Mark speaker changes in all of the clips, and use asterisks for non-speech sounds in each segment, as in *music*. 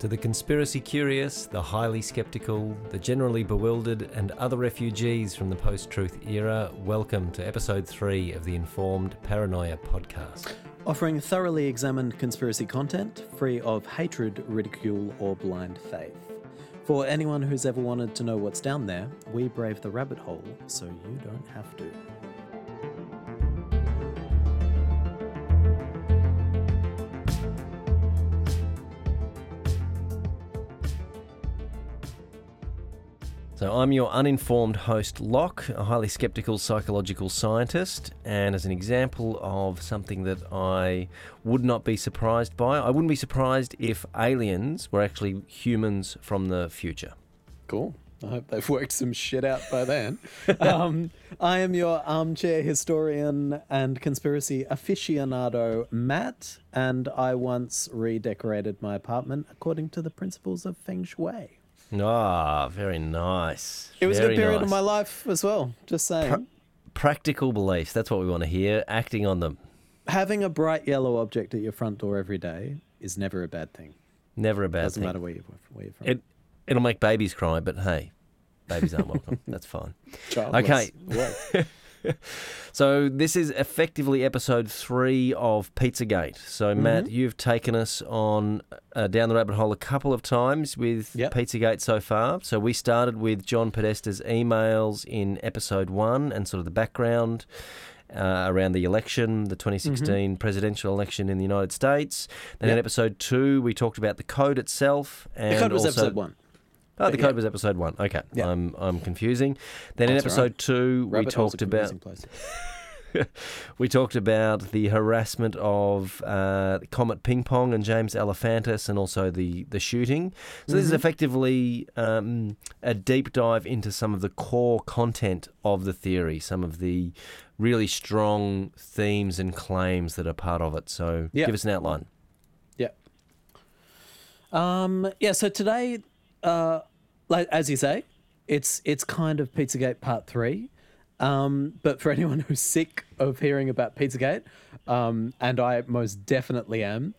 Speaker 1: To the conspiracy curious, the highly skeptical, the generally bewildered, and other refugees from the post truth era, welcome to episode three of the Informed Paranoia podcast.
Speaker 2: Offering thoroughly examined conspiracy content, free of hatred, ridicule, or blind faith. For anyone who's ever wanted to know what's down there, we brave the rabbit hole so you don't have to.
Speaker 1: So, I'm your uninformed host, Locke, a highly skeptical psychological scientist. And as an example of something that I would not be surprised by, I wouldn't be surprised if aliens were actually humans from the future.
Speaker 2: Cool. I hope they've *laughs* worked some shit out by then. *laughs* um, I am your armchair historian and conspiracy aficionado, Matt, and I once redecorated my apartment according to the principles of feng shui.
Speaker 1: Ah, very nice.
Speaker 2: It was
Speaker 1: very
Speaker 2: a good period
Speaker 1: nice.
Speaker 2: of my life as well, just saying.
Speaker 1: Practical beliefs, that's what we want to hear, acting on them.
Speaker 2: Having a bright yellow object at your front door every day is never a bad thing.
Speaker 1: Never a bad
Speaker 2: Doesn't
Speaker 1: thing.
Speaker 2: matter where you're, where you're from.
Speaker 1: It, it'll make babies cry, but hey, babies aren't welcome. *laughs* That's fine.
Speaker 2: Childless.
Speaker 1: okay.
Speaker 2: Whoa.
Speaker 1: So this is effectively episode three of Pizzagate. So
Speaker 2: Mm-hmm.
Speaker 1: Matt, you've taken us on uh, down the rabbit hole a couple of times with
Speaker 2: Yep.
Speaker 1: Pizzagate so far. So we started with John Podesta's emails in episode one and sort of the background uh, around the election, the 2016 presidential election in the United States. Then in
Speaker 2: Mm-hmm. Yep.
Speaker 1: episode two, we talked about the code itself. And
Speaker 2: The code was
Speaker 1: also-
Speaker 2: episode one.
Speaker 1: Oh, the
Speaker 2: But
Speaker 1: code
Speaker 2: yeah.
Speaker 1: was episode one. Okay,
Speaker 2: Yeah.
Speaker 1: I'm I'm confusing. Then
Speaker 2: That's
Speaker 1: in
Speaker 2: all
Speaker 1: episode
Speaker 2: right.
Speaker 1: two, we
Speaker 2: Rabbit hole's a
Speaker 1: talked about
Speaker 2: confusing place.
Speaker 1: we talked about the harassment of uh, Comet Ping Pong and James Alephantis, and also the the shooting. So this is effectively um, a deep dive into some of the core content of the theory, some of the really strong themes and claims that are part of it. So
Speaker 2: Yeah.
Speaker 1: give us an outline.
Speaker 2: Yeah. Um, yeah. So today, uh, like as you say, it's it's kind of Pizzagate Part Three. Um, but for *laughs* anyone who's sick of hearing about Pizzagate, um, and I most definitely am,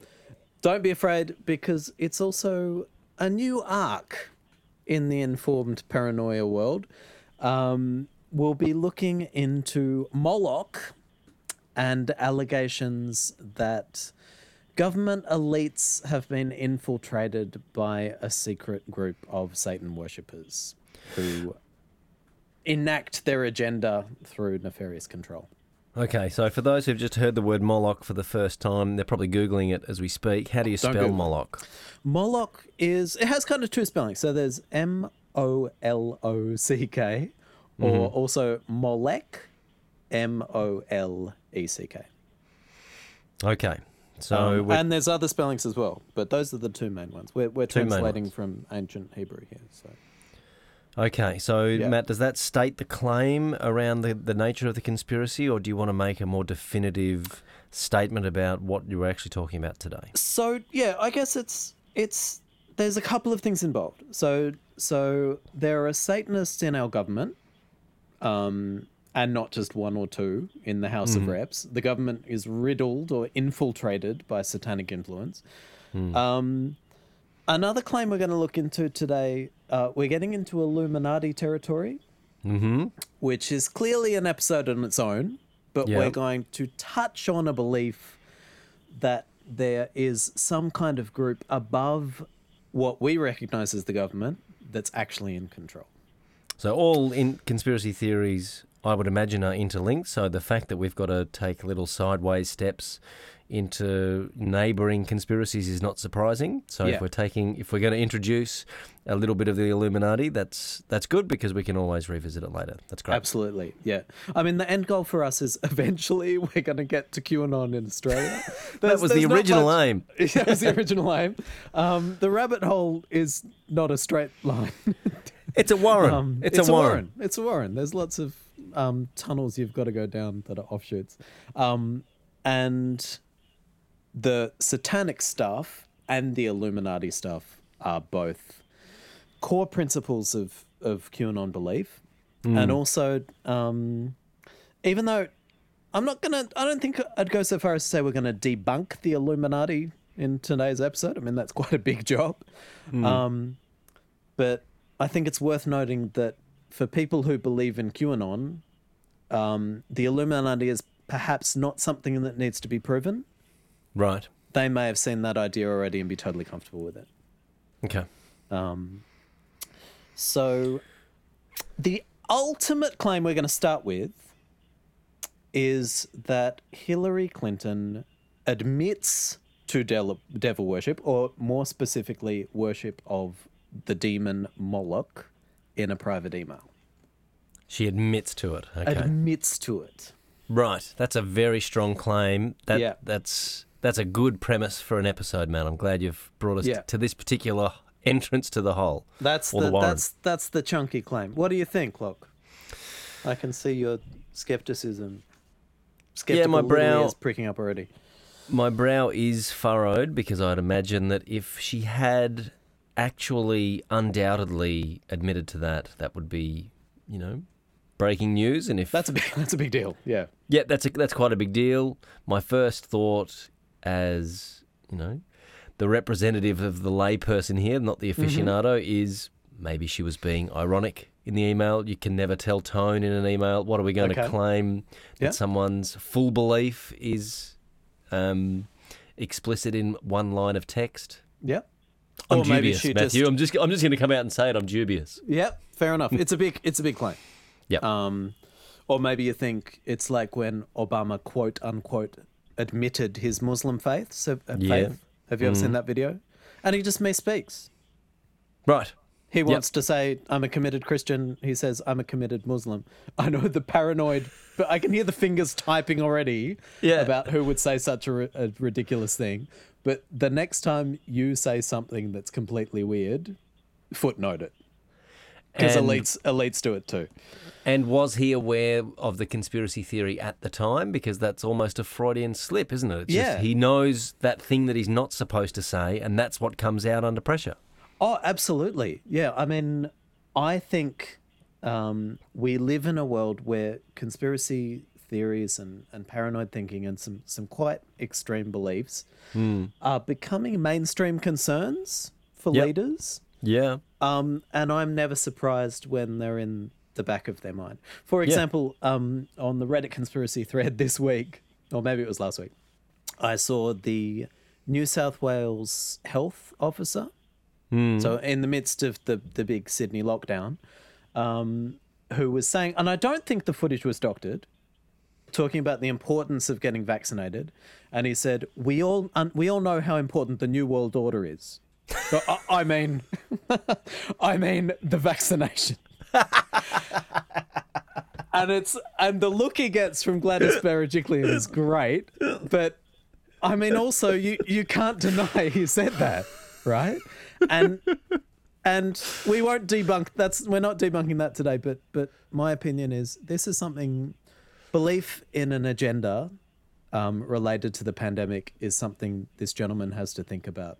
Speaker 2: don't be afraid because it's also a new arc in the informed paranoia world. Um, we'll be looking into Moloch and allegations that government elites have been infiltrated by a secret group of Satan worshippers who enact their agenda through nefarious control.
Speaker 1: Okay, so for those who've just heard the word Moloch for the first time, they're probably googling it as we speak. How do you spell
Speaker 2: Google it.
Speaker 1: Moloch?
Speaker 2: Moloch is it has kind of two spellings. So there's M O L O C K or
Speaker 1: Mm-hmm.
Speaker 2: also Molech M O L E C K.
Speaker 1: Okay, so
Speaker 2: Um,
Speaker 1: Oh, we're
Speaker 2: and there's other spellings as well, but those are the two main ones. We're, we're
Speaker 1: Two main
Speaker 2: translating
Speaker 1: ones.
Speaker 2: from ancient Hebrew here. So.
Speaker 1: Okay, so
Speaker 2: Yeah.
Speaker 1: Matt, does that state the claim around the, the nature of the conspiracy, or do you want to make a more definitive statement about what you were actually talking about today?
Speaker 2: so yeah i guess it's it's there's a couple of things involved so so there are satanists in our government um and not just one or two in the house of reps the government is riddled or infiltrated by satanic influence um another claim we're going to look into today uh, we're getting into illuminati territory
Speaker 1: Mm-hmm.
Speaker 2: which is clearly an episode on its own, but
Speaker 1: Yeah.
Speaker 2: we're going to touch on a belief that there is some kind of group above what we recognize as the government that's actually in control.
Speaker 1: So all in conspiracy theories, I would imagine, are interlinked. So the fact that we've got to take little sideways steps into neighbouring conspiracies is not surprising. So
Speaker 2: Yeah.
Speaker 1: if we're taking, if we're going to introduce a little bit of the Illuminati, that's that's good because we can always revisit it later. That's great.
Speaker 2: Absolutely. Yeah. I mean, the end goal for us is *laughs* eventually we're going to get to QAnon
Speaker 1: *laughs*
Speaker 2: in Australia.
Speaker 1: That was the original aim.
Speaker 2: *laughs* aim. that was the original aim. Um, the rabbit hole is not a straight line.
Speaker 1: It's a Warren.
Speaker 2: Um,
Speaker 1: it's, a Warren.
Speaker 2: It's a Warren. There's lots of um, tunnels you've got to go down that are offshoots. Um, and the satanic stuff and the Illuminati stuff are both core principles of, of QAnon belief.
Speaker 1: Hmm.
Speaker 2: And also, um, even though I'm not going to, I don't think I'd go so far as to say we're going to debunk the Illuminati in today's episode. I mean, that's quite a big job. Um, but I think it's worth noting that for people who believe in QAnon, um, the Illuminati is perhaps not something that needs to be proven.
Speaker 1: Right.
Speaker 2: They may have seen that idea already and be totally comfortable with it.
Speaker 1: Okay.
Speaker 2: Um, so, the ultimate claim we're going to start with is that Hillary Clinton admits to del- devil worship, or more specifically, worship of the demon Moloch, in a private email.
Speaker 1: She admits to it. Okay.
Speaker 2: Admits to it.
Speaker 1: right. That's a very strong claim. That
Speaker 2: Yeah.
Speaker 1: that's that's a good premise for an episode, man. I'm glad you've brought us
Speaker 2: Yeah.
Speaker 1: to this particular entrance to the hole.
Speaker 2: That's
Speaker 1: Or the
Speaker 2: the,
Speaker 1: warrant.
Speaker 2: that's that's the chunky claim. What do you think, Locke? I can see your skepticism. Skeptical
Speaker 1: my
Speaker 2: little
Speaker 1: brow-
Speaker 2: ears pricking up already.
Speaker 1: My brow is furrowed because I'd imagine that if she had actually undoubtedly admitted to that, that would be, you know, breaking news. And if
Speaker 2: That's a big *laughs* that's a big deal. Yeah.
Speaker 1: yeah, that's a, that's quite a big deal. My first thought, as you know, the representative of the layperson here, not the
Speaker 2: Mm-hmm.
Speaker 1: aficionado, is maybe she was being ironic in the email. You can never tell tone in an email. What are we going
Speaker 2: Okay.
Speaker 1: to claim that
Speaker 2: Yeah.
Speaker 1: someone's full belief is um, explicit in one line of text?
Speaker 2: Yep.
Speaker 1: I'm
Speaker 2: Or
Speaker 1: dubious,
Speaker 2: maybe she
Speaker 1: Matthew.
Speaker 2: just-
Speaker 1: I'm just I'm just going to come out and say it. I'm dubious.
Speaker 2: Yep. Fair enough. It's a big it's a big claim.
Speaker 1: Yep.
Speaker 2: Um, or maybe you think it's like when Obama quote unquote admitted his Muslim faith. So uh,
Speaker 1: Yeah. Mm-hmm.
Speaker 2: faith. Have you ever seen that video? And he just misspeaks.
Speaker 1: Right.
Speaker 2: He wants to say, I'm a committed Christian. He says, I'm a committed Muslim. I know the paranoid, but I can hear the fingers typing already
Speaker 1: Yeah.
Speaker 2: about who would say such a, ri- a ridiculous thing. But the next time you say something that's completely weird, footnote it. Because
Speaker 1: And-
Speaker 2: elites, elites do it too.
Speaker 1: And was he aware of the conspiracy theory at the time? Because that's almost a Freudian slip, isn't it? It's
Speaker 2: Yeah.
Speaker 1: Just, he knows that thing that he's not supposed to say, and that's what comes out under pressure.
Speaker 2: Oh, absolutely. Yeah. I mean, I think um, we live in a world where conspiracy theories and, and paranoid thinking and some, some quite extreme beliefs are becoming mainstream concerns for
Speaker 1: Yep.
Speaker 2: leaders.
Speaker 1: Yeah.
Speaker 2: Um, and I'm never surprised when they're in the back of their mind. For example, um, on the Reddit conspiracy thread *laughs* this week, or maybe it was last week, I saw the New South Wales health officer. So in the midst of the the big Sydney lockdown, um, who was saying, and I don't think the footage was doctored, talking about the importance of getting vaccinated, and he said, "We all un- we all know how important the New World Order is." So, I, I mean, I mean the vaccination. and it's and the look he gets from Gladys Berejiklian is great, but I mean also you you can't deny he said that, right? And and we won't debunk that's we're not debunking that today, but but my opinion is this is something belief in an agenda um, related to the pandemic is something this gentleman has to think about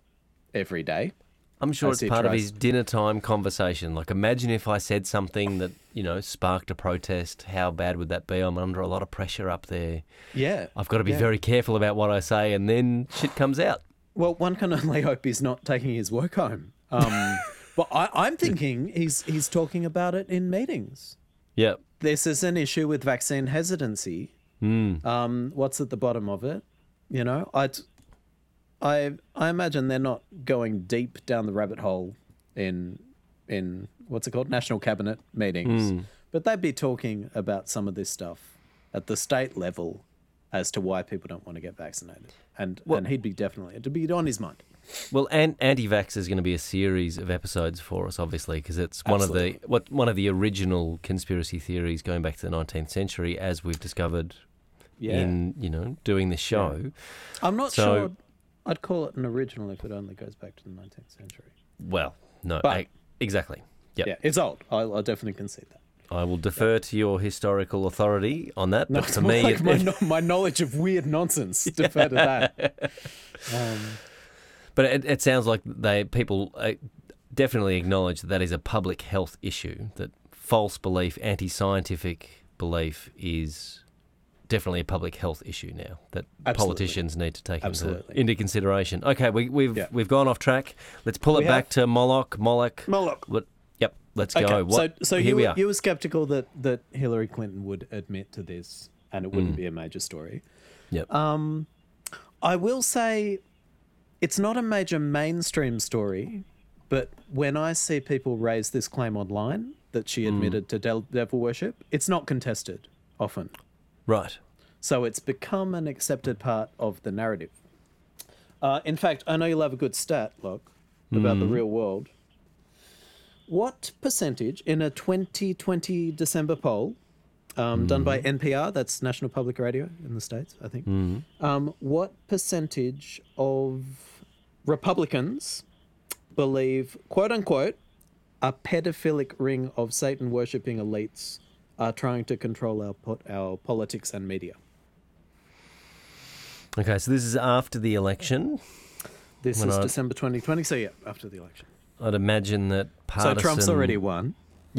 Speaker 2: every day.
Speaker 1: I'm sure
Speaker 2: I
Speaker 1: it's
Speaker 2: see
Speaker 1: part of
Speaker 2: trace.
Speaker 1: his dinner time conversation. Like, imagine if I said something that, you know, sparked a protest. How bad would that be? I'm under a lot of pressure up there.
Speaker 2: Yeah.
Speaker 1: I've got to be
Speaker 2: Yeah.
Speaker 1: very careful about what I say, and then shit comes out.
Speaker 2: Well, one can *laughs* only hope he's not taking his work home. Um, but I, I'm thinking he's he's talking about it in meetings.
Speaker 1: Yeah.
Speaker 2: This is an issue with vaccine hesitancy. Um, what's at the bottom of it? You know, I, I I imagine they're not going deep down the rabbit hole in in what's it called national cabinet meetings,
Speaker 1: Hmm. Mm.
Speaker 2: but they'd be talking about some of this stuff at the state level as to why people don't want to get vaccinated, and and he'd be definitely it'd be on his mind.
Speaker 1: Well, an- anti-vax is going to be a series of episodes for us, obviously, because it's one of the what one of the original conspiracy theories going back to the 19th century, as we've discovered
Speaker 2: Yeah.
Speaker 1: in you know doing this show.
Speaker 2: I'm not
Speaker 1: So-
Speaker 2: sure. I'd call it an original if it only goes back to the 19th century.
Speaker 1: Well, no,
Speaker 2: But-
Speaker 1: I- exactly. Yep.
Speaker 2: Yeah, it's old. I'll, I'll definitely concede that.
Speaker 1: I will defer to your historical authority on that.
Speaker 2: No,
Speaker 1: but
Speaker 2: it's
Speaker 1: for
Speaker 2: *laughs* more
Speaker 1: me,
Speaker 2: like
Speaker 1: it- *laughs*
Speaker 2: my,
Speaker 1: it-
Speaker 2: no- my knowledge of weird nonsense. Defer to that.
Speaker 1: *laughs*
Speaker 2: Um,
Speaker 1: but it, it sounds like they people uh, definitely acknowledge that that is a public health issue. That false belief, anti-scientific belief, is definitely a public health issue now that
Speaker 2: Absolutely.
Speaker 1: politicians need to take into,
Speaker 2: Absolutely.
Speaker 1: into consideration. Okay, we, we've
Speaker 2: Yeah.
Speaker 1: we've gone off track. Let's pull it
Speaker 2: We
Speaker 1: back
Speaker 2: have.
Speaker 1: to Moloch. Moloch.
Speaker 2: Moloch.
Speaker 1: What- Yep. Let's
Speaker 2: Okay,
Speaker 1: go. What,
Speaker 2: so so
Speaker 1: here
Speaker 2: you,
Speaker 1: we
Speaker 2: were-
Speaker 1: are.
Speaker 2: you were skeptical that that Hillary Clinton would admit to this and it
Speaker 1: Mm.
Speaker 2: wouldn't be a major story.
Speaker 1: Yep.
Speaker 2: Uh, I will say it's not a major mainstream story, but when I see people raise this claim online that she admitted to del- devil worship, it's not contested often.
Speaker 1: right.
Speaker 2: So it's become an accepted part of the narrative. Uh, in fact, I know you'll have a good stat, look, about the real world. What percentage in a 2020 December poll um, done by NPR, that's National Public Radio in the States, I think, um, what percentage of Republicans believe, quote unquote, a pedophilic ring of Satan worshipping elites are trying to control our, po- our politics and media?
Speaker 1: Okay. So this is after the election.
Speaker 2: This
Speaker 1: When
Speaker 2: is
Speaker 1: I-
Speaker 2: December 2020. So yeah, after the election.
Speaker 1: I'd imagine that partisan.
Speaker 2: So Trump's already won.
Speaker 1: *laughs*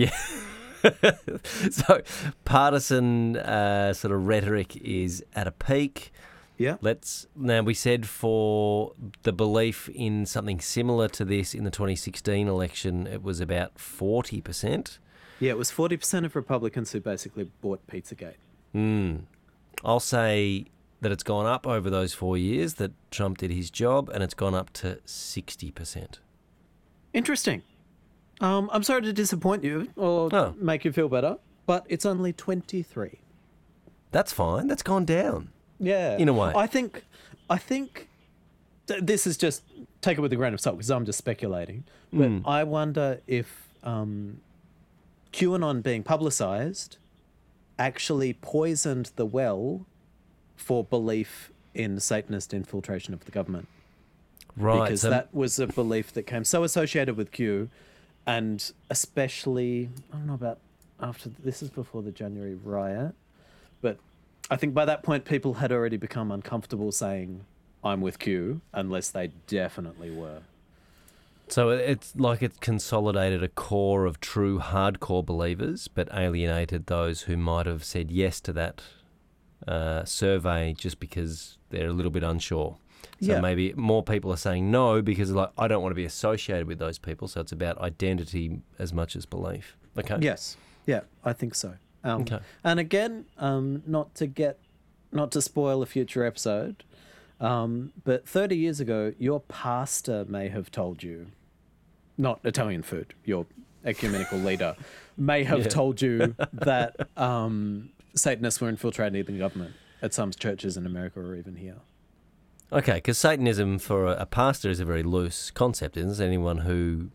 Speaker 1: so partisan uh, sort of rhetoric is at a peak.
Speaker 2: Yeah.
Speaker 1: Let's now we said for the belief in something similar to this in the 2016 election, it was about 40 percent.
Speaker 2: Yeah, it was 40% of Republicans who basically bought Pizzagate.
Speaker 1: I'll say that it's gone up over those four years that Trump did his job, and it's gone up to 60 percent.
Speaker 2: Interesting. Um, I'm sorry to disappoint you or
Speaker 1: Oh.
Speaker 2: make you feel better, but it's only 23.
Speaker 1: That's fine. That's gone down.
Speaker 2: Yeah.
Speaker 1: In a way.
Speaker 2: I think, I think th- this is just take it with a grain of salt because I'm just speculating. But
Speaker 1: Hmm.
Speaker 2: I wonder if um, QAnon being publicized actually poisoned the well for belief in Satanist infiltration of the government
Speaker 1: Right.
Speaker 2: because
Speaker 1: so-
Speaker 2: that was a belief that came so associated with Q, and especially I don't know about after this is before the January riot, but I think by that point people had already become uncomfortable saying I'm with Q unless they definitely were.
Speaker 1: So it- it's like it's consolidated a core of true hardcore believers, but alienated those who might have said yes to that uh, survey just because they're a little bit unsure. So
Speaker 2: Yeah.
Speaker 1: maybe more people are saying no because like I don't want to be associated with those people. So it's about identity as much as belief. Okay.
Speaker 2: Yes, yeah, I think so. Um,
Speaker 1: Okay.
Speaker 2: And again, um, not to get, not to spoil a future episode. Um, but 30 years ago, your pastor may have told you, not Italian food, your ecumenical
Speaker 1: *laughs*
Speaker 2: leader may have told you that um, Satanists were infiltrating the government at some churches in America or even here.
Speaker 1: Okay, because Satanism for a, a pastor is a very loose concept, isn't it? Anyone who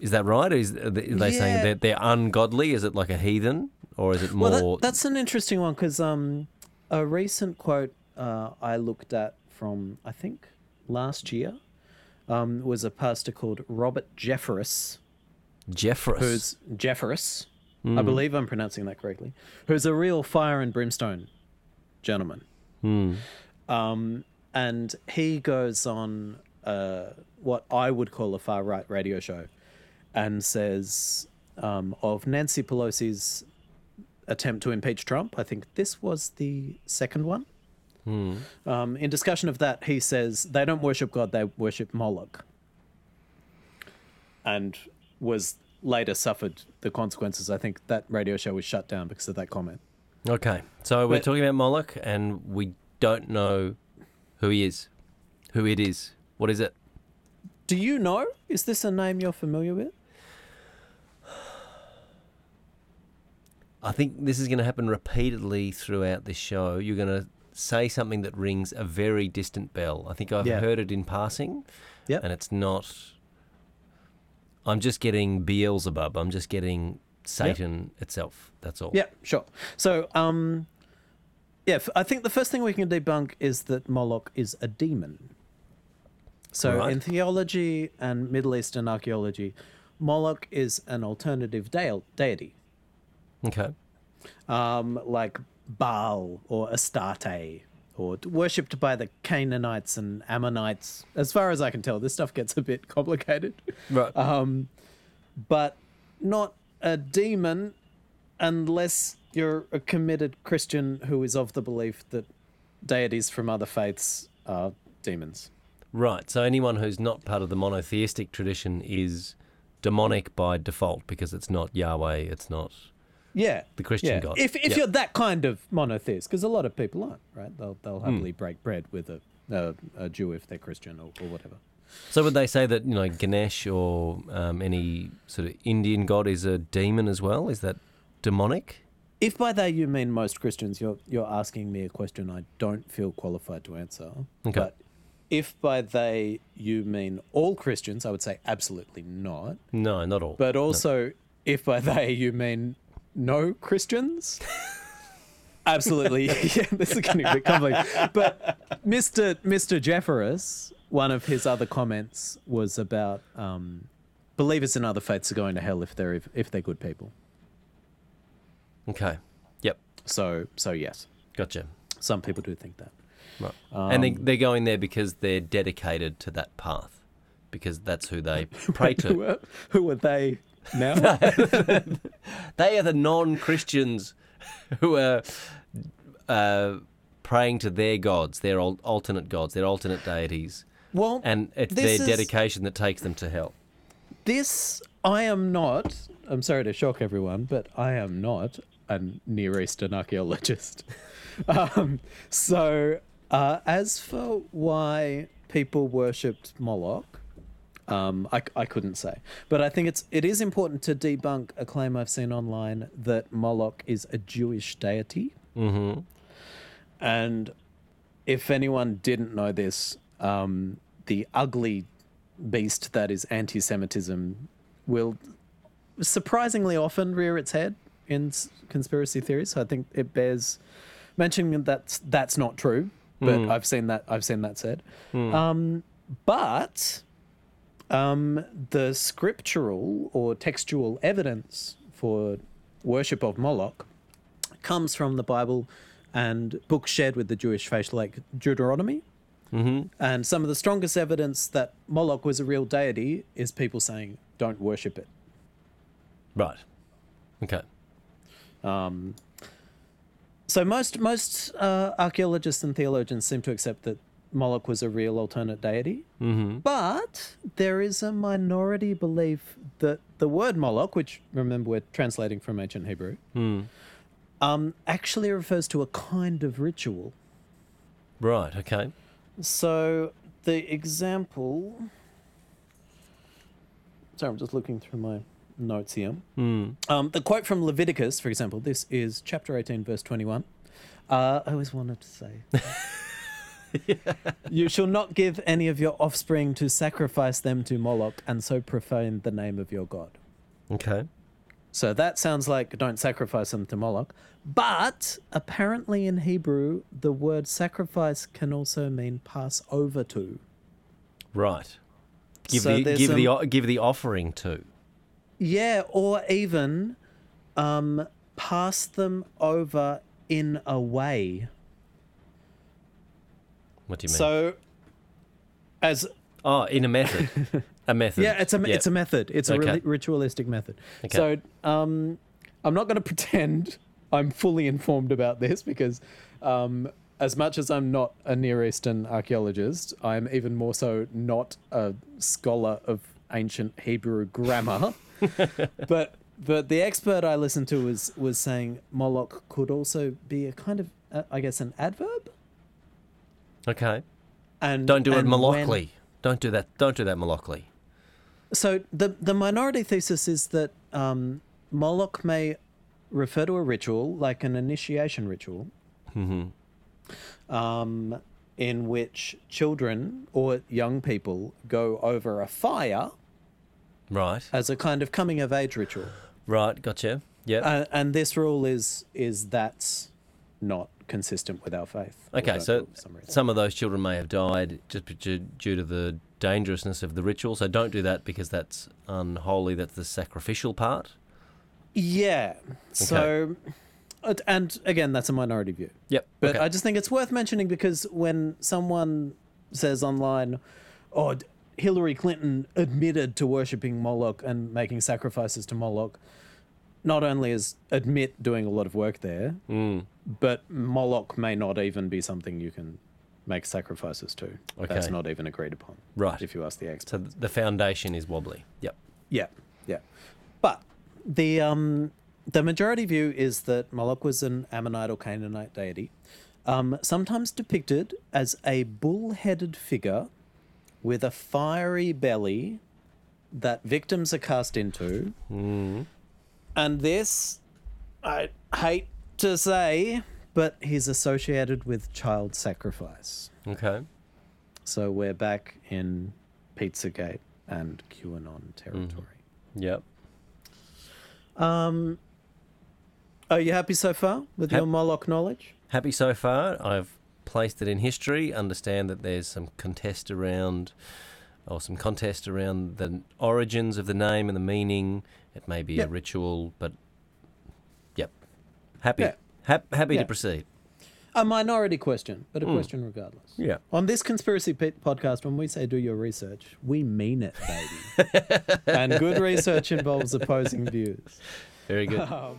Speaker 1: is that right? Or is are they are they saying
Speaker 2: Yeah.
Speaker 1: that they're ungodly? Is it like a heathen, or is it more?
Speaker 2: Well, that, that's an interesting one because um, a recent quote uh, I looked at from I think last year um, was a pastor called Robert Jeffress,
Speaker 1: Jeffress.
Speaker 2: who's Jeffress, I believe I'm pronouncing that correctly, who's a real fire and brimstone gentleman. Um, and he goes on uh, what I would call a far right radio show and says um, of Nancy Pelosi's attempt to impeach Trump, I think this was the second one. Um, in discussion of that, he says they don't worship God, they worship Moloch. And was later suffered the consequences. I think that radio show was shut down because of that comment.
Speaker 1: Okay, so we're
Speaker 2: But-
Speaker 1: talking about Moloch, and we don't know who he is, who it is. What is it?
Speaker 2: Do you know? Is this a name you're familiar with?
Speaker 1: I think this is going to happen repeatedly throughout this show. You're going to say something that rings a very distant bell. I think I've
Speaker 2: Yeah.
Speaker 1: heard it in passing,
Speaker 2: Yep.
Speaker 1: and it's not. I'm just getting Beelzebub. I'm just getting Satan itself. That's all.
Speaker 2: Yeah, sure. So, um, yeah, f- I think the first thing we can debunk is that Moloch is a demon. So,
Speaker 1: Right.
Speaker 2: in theology and Middle Eastern archaeology, Moloch is an alternative deil deity,
Speaker 1: Okay.
Speaker 2: um, like Baal or Astarte, or d- worshipped by the Canaanites and Ammonites. As far as I can tell, this stuff gets a bit complicated. *laughs*
Speaker 1: Right.
Speaker 2: Uh, but not a demon unless you're a committed Christian who is of the belief that deities from other faiths are demons.
Speaker 1: Right. So anyone who's not part of the monotheistic tradition is demonic by default because it's not Yahweh, it's not
Speaker 2: Yeah,
Speaker 1: the Christian
Speaker 2: yeah.
Speaker 1: God.
Speaker 2: If if
Speaker 1: Yeah.
Speaker 2: you're that kind of monotheist, because a lot of people aren't, right? They'll they'll
Speaker 1: Hmm.
Speaker 2: happily break bread with a, a a Jew if they're Christian or, or whatever.
Speaker 1: So would they say that you know Ganesh or um, any sort of Indian god is a demon as well? Is that demonic?
Speaker 2: If by that you mean most Christians, you're you're asking me a question I don't feel qualified to answer.
Speaker 1: Okay.
Speaker 2: But if by they you mean all Christians, I would say absolutely not.
Speaker 1: No, not all.
Speaker 2: But also, if by they you mean no Christians,
Speaker 1: *laughs*
Speaker 2: absolutely. *laughs* yeah, this is getting a bit complicated. But Mr. Mr. Jefferis, one of his other comments was about um, believers in other faiths are going to hell if they're if, if they're good people.
Speaker 1: okay. Yep.
Speaker 2: So so yes,
Speaker 1: Gotcha.
Speaker 2: some people do think that.
Speaker 1: Right. and they, they're going there because they're dedicated to that path, because that's who they pray
Speaker 2: *laughs*
Speaker 1: *laughs*
Speaker 2: Who
Speaker 1: to.
Speaker 2: are, who are they now?
Speaker 1: They are the non-Christians *laughs* who are uh, praying to their gods, their al- alternate gods, their alternate deities,
Speaker 2: well,
Speaker 1: and it's
Speaker 2: This
Speaker 1: their
Speaker 2: is-
Speaker 1: dedication that takes them to hell.
Speaker 2: this I am not. I'm sorry to shock everyone, but I am not a Near Eastern archaeologist. *laughs* um, so, uh, as for why people worshipped Moloch, um, I, I couldn't say, but I think it's it is important to debunk a claim I've seen online that Moloch is a Jewish deity. Mm-hmm. And if anyone didn't know this, um, the ugly beast that is anti Semitism will surprisingly often rear its head in s- conspiracy theories. So I think it bears mentioning that that's, that's not true, but I've seen that I've seen that said. Um, but um, the scriptural or textual evidence for worship of Moloch comes from the Bible and books shared with the Jewish faith, like Deuteronomy. And some of the strongest evidence that Moloch was a real deity is people saying, don't worship it.
Speaker 1: Right. Okay.
Speaker 2: So most, most uh, archaeologists and theologians seem to accept that Moloch was a real alternate deity. But there is a minority belief that the word Moloch, which remember we're translating from ancient Hebrew, um, actually refers to a kind of ritual.
Speaker 1: Right. Okay.
Speaker 2: So the example. Sorry, I'm just looking through my notes here. Um, the quote from Leviticus, for example, this is chapter 18, verse 21. Uh, I always wanted to say. You shall not give any of your offspring to sacrifice them to Moloch and so profane the name of your God.
Speaker 1: Okay.
Speaker 2: So that sounds like don't sacrifice them to Moloch. But apparently in Hebrew, the word sacrifice can also mean pass over to.
Speaker 1: Right. Give
Speaker 2: So
Speaker 1: the
Speaker 2: there's
Speaker 1: give the
Speaker 2: some-
Speaker 1: o- give the offering to.
Speaker 2: Yeah, or even um, pass them over in a way.
Speaker 1: What do you mean?
Speaker 2: So as
Speaker 1: oh, in a method.
Speaker 2: *laughs*
Speaker 1: a method.
Speaker 2: yeah, it's a it's a method. It's a
Speaker 1: Okay.
Speaker 2: reli- ritualistic method.
Speaker 1: Okay.
Speaker 2: So um, I'm not going to *laughs* pretend I'm fully informed about this because um, as much as I'm not a Near Eastern archaeologist, I'm even more so not a scholar of ancient Hebrew
Speaker 1: *laughs*
Speaker 2: grammar. but but the expert I listened to was was saying Moloch could also be a kind of uh, I guess an adverb.
Speaker 1: Okay.
Speaker 2: And
Speaker 1: Don't do it
Speaker 2: and when-
Speaker 1: Molochly. Don't do that. Don't do that Molochly.
Speaker 2: So the the minority thesis is that um, Moloch may refer to a ritual like an initiation ritual,
Speaker 1: Mm-hmm.
Speaker 2: um, in which children or young people go over a fire
Speaker 1: Right.
Speaker 2: as a kind of coming of age ritual,
Speaker 1: Right. Gotcha. Yeah.
Speaker 2: uh, and this rule is is that's not consistent with our faith.
Speaker 1: okay.
Speaker 2: although
Speaker 1: So
Speaker 2: for some reason.
Speaker 1: some of those children may have died just be- due due to the dangerousness of the ritual. So don't do that because that's unholy. That's the sacrificial part.
Speaker 2: yeah. So, and- and again, that's a minority view.
Speaker 1: Yep.
Speaker 2: But
Speaker 1: okay.
Speaker 2: I just think it's worth mentioning because when someone says online, oh, d- Hillary Clinton admitted to worshipping Moloch and making sacrifices to Moloch, not only is admit doing a lot of work there,
Speaker 1: Hmm.
Speaker 2: but Moloch may not even be something you can make sacrifices to. That's
Speaker 1: Okay.
Speaker 2: not even agreed upon.
Speaker 1: Right.
Speaker 2: If you ask the expert.
Speaker 1: So th- the foundation is wobbly. Yep.
Speaker 2: Yeah, yeah. But the um, the majority view is that Moloch was an Ammonite or Canaanite deity, um, sometimes depicted as a bull-headed figure with a fiery belly that victims are cast into. And this, I hate to say, but he's associated with child sacrifice.
Speaker 1: Okay.
Speaker 2: So we're back in Pizzagate and QAnon territory.
Speaker 1: Yep.
Speaker 2: Are you happy so far with
Speaker 1: Hap-
Speaker 2: your Moloch knowledge?
Speaker 1: Happy so far. I've placed it in history. Understand that there's some contest around, or some contest around the n- origins of the name and the meaning. It may be a
Speaker 2: Yep.
Speaker 1: ritual, but yep. Happy.
Speaker 2: Yeah.
Speaker 1: Hap- happy
Speaker 2: Yeah.
Speaker 1: to proceed.
Speaker 2: A minority question, but a question regardless.
Speaker 1: Yeah.
Speaker 2: On this conspiracy pe- podcast, when we say do your research, we mean it, baby. and good research involves opposing views.
Speaker 1: Very good.
Speaker 2: Um,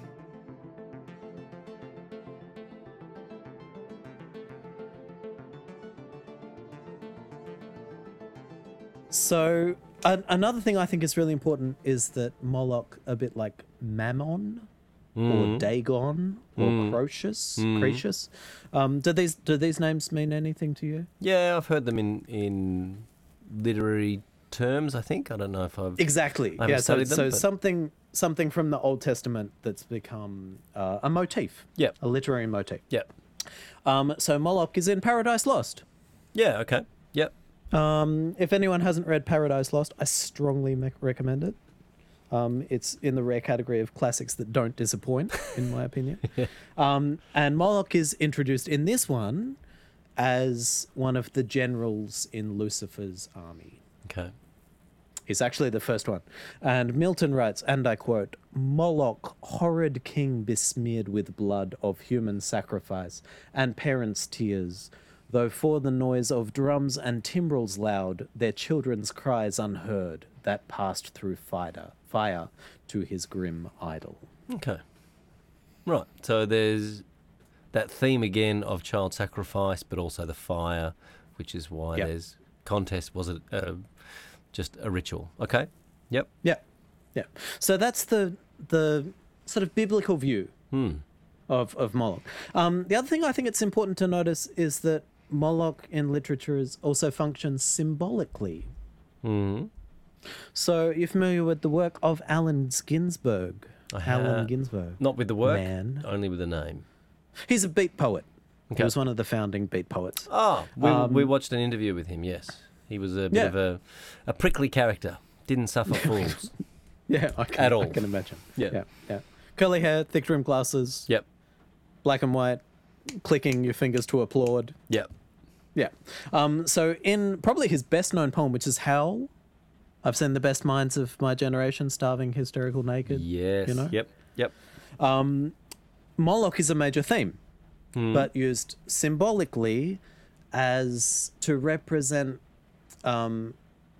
Speaker 2: so an- another thing I think is really important is that Moloch, a bit like Mammon
Speaker 1: Mm.
Speaker 2: or Dagon or Croesus, Croesus, um, do these do these names mean anything to you?
Speaker 1: yeah, I've heard them in in literary terms. I think I don't know if I've.
Speaker 2: Exactly.
Speaker 1: I haven't
Speaker 2: yeah. So,
Speaker 1: studied them,
Speaker 2: so
Speaker 1: but-
Speaker 2: something something from the Old Testament that's become uh, a motif.
Speaker 1: Yep.
Speaker 2: A literary motif.
Speaker 1: Yep.
Speaker 2: Um, so Moloch is in Paradise Lost.
Speaker 1: Yeah. Okay. Yep.
Speaker 2: Um, if anyone hasn't read Paradise Lost, I strongly mec recommend it. Um, it's in the rare category of classics that don't disappoint, in my opinion. um, and Moloch is introduced in this one as one of the generals in Lucifer's army.
Speaker 1: Okay.
Speaker 2: He's actually the first one. And Milton writes, and I quote Moloch, horrid king besmeared with blood of human sacrifice and parents' tears, though for the noise of drums and timbrels loud, their children's cries unheard, that passed through fire, fire to his grim idol.
Speaker 1: Okay. Right. So there's that theme again of child sacrifice, but also the fire, which is why
Speaker 2: Yep.
Speaker 1: there's contest. Was it uh, just a ritual? Okay. Yep.
Speaker 2: Yeah. Yeah. So that's the the sort of biblical view
Speaker 1: Hmm.
Speaker 2: of, of Moloch. Um, the other thing I think it's important to notice is that Moloch in literature is also functions symbolically.
Speaker 1: Mm-hmm.
Speaker 2: So you're familiar with the work of Allen Ginsberg. Allen
Speaker 1: have.
Speaker 2: Ginsberg.
Speaker 1: Not with the work,
Speaker 2: Man.
Speaker 1: only with the name.
Speaker 2: He's a beat poet. He
Speaker 1: Okay.
Speaker 2: was one of the founding beat poets.
Speaker 1: Ah, we, we watched an interview with him. Yes, he was a bit
Speaker 2: um, Yeah.
Speaker 1: of a a prickly character. Didn't
Speaker 2: *laughs*
Speaker 1: suffer fools.
Speaker 2: Yeah, I can,
Speaker 1: At
Speaker 2: I
Speaker 1: all.
Speaker 2: can imagine.
Speaker 1: Yeah.
Speaker 2: yeah, yeah. Curly hair, thick rimmed glasses,
Speaker 1: yep.
Speaker 2: black and white, clicking your fingers to applaud.
Speaker 1: Yep.
Speaker 2: Yeah. Um, so in probably his best known poem, which is Howl, I've seen the best minds of my generation starving hysterical naked.
Speaker 1: Yes.
Speaker 2: know?
Speaker 1: Yep. Yep.
Speaker 2: Moloch is a major theme, but used symbolically as to represent um,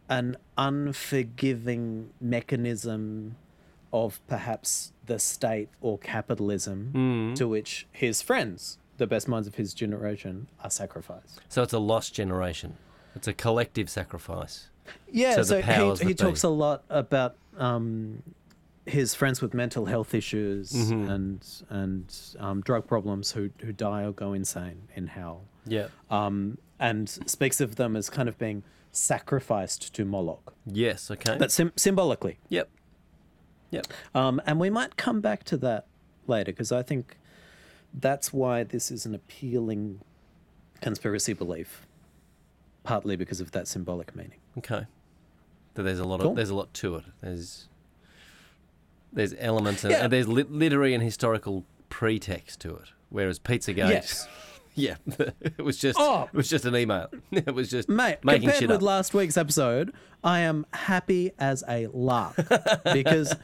Speaker 2: an unforgiving mechanism of perhaps the state or capitalism to which his friends, the best minds of his generation, are sacrificed.
Speaker 1: So it's a lost generation. It's a collective sacrifice.
Speaker 2: Yeah,
Speaker 1: to the
Speaker 2: so
Speaker 1: powers
Speaker 2: he, he
Speaker 1: that be.
Speaker 2: talks a lot about um, his friends with mental health issues
Speaker 1: Mm-hmm.
Speaker 2: and and um, drug problems who who die or go insane in hell,
Speaker 1: Yeah.
Speaker 2: um, and speaks of them as kind of being sacrificed to Moloch,
Speaker 1: Yes. Okay.
Speaker 2: but sym symbolically.
Speaker 1: yep. Yep.
Speaker 2: Um, and we might come back to that later because I think that's why this is an appealing conspiracy belief, partly because of that symbolic meaning.
Speaker 1: Okay. So there's a lot
Speaker 2: Cool.
Speaker 1: of there's a lot to it. There's there's elements and,
Speaker 2: Yeah.
Speaker 1: and there's lit- literary and historical pretext to it. Whereas Pizzagate,
Speaker 2: Yes.
Speaker 1: *laughs* yeah, it was just
Speaker 2: Oh.
Speaker 1: it was just an email. *laughs* It was just
Speaker 2: Mate,
Speaker 1: making
Speaker 2: compared
Speaker 1: shit
Speaker 2: with
Speaker 1: up.
Speaker 2: last week's episode, I am happy as a
Speaker 1: *laughs*
Speaker 2: lark because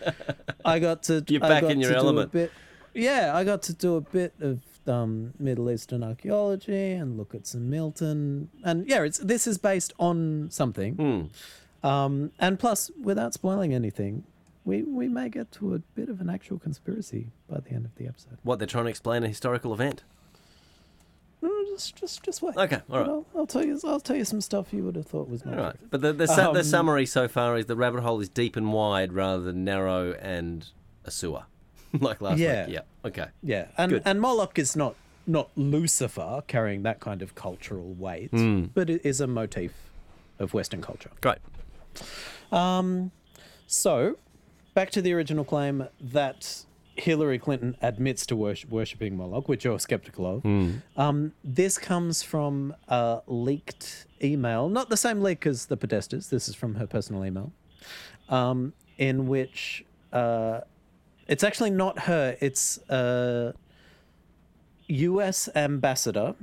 Speaker 2: I got to.
Speaker 1: You're
Speaker 2: I
Speaker 1: back
Speaker 2: got
Speaker 1: in your
Speaker 2: to do a
Speaker 1: element.
Speaker 2: bit- yeah, I got to do a bit of um, Middle Eastern archaeology and look at some Milton, and yeah, it's this
Speaker 1: Hmm.
Speaker 2: is based on something. Um, and plus, without spoiling anything, we we may get to a bit of an actual conspiracy by the end of the episode.
Speaker 1: What they're trying to explain a historical event.
Speaker 2: No, no, just just just wait.
Speaker 1: Hmm. Okay, all right.
Speaker 2: I'll, I'll tell you. I'll tell you some stuff you would have thought was
Speaker 1: All
Speaker 2: not
Speaker 1: right, but the the, su- the
Speaker 2: Um,
Speaker 1: summary so far is the rabbit hole is deep and wide rather than narrow and a sewer, *laughs* like last
Speaker 2: Yeah.
Speaker 1: week. Yeah. Okay.
Speaker 2: Yeah, and
Speaker 1: Good.
Speaker 2: and Moloch is not not Lucifer carrying that kind of cultural weight, but it is a motif of Western culture.
Speaker 1: Great.
Speaker 2: Um, so back to the original claim that Hillary Clinton admits to worship, worshiping Moloch, which you're skeptical of. Um, this comes from a leaked email, not the same leak as the Podestas. This is from her personal email, um, in which uh, it's actually not her. It's a U.S. ambassador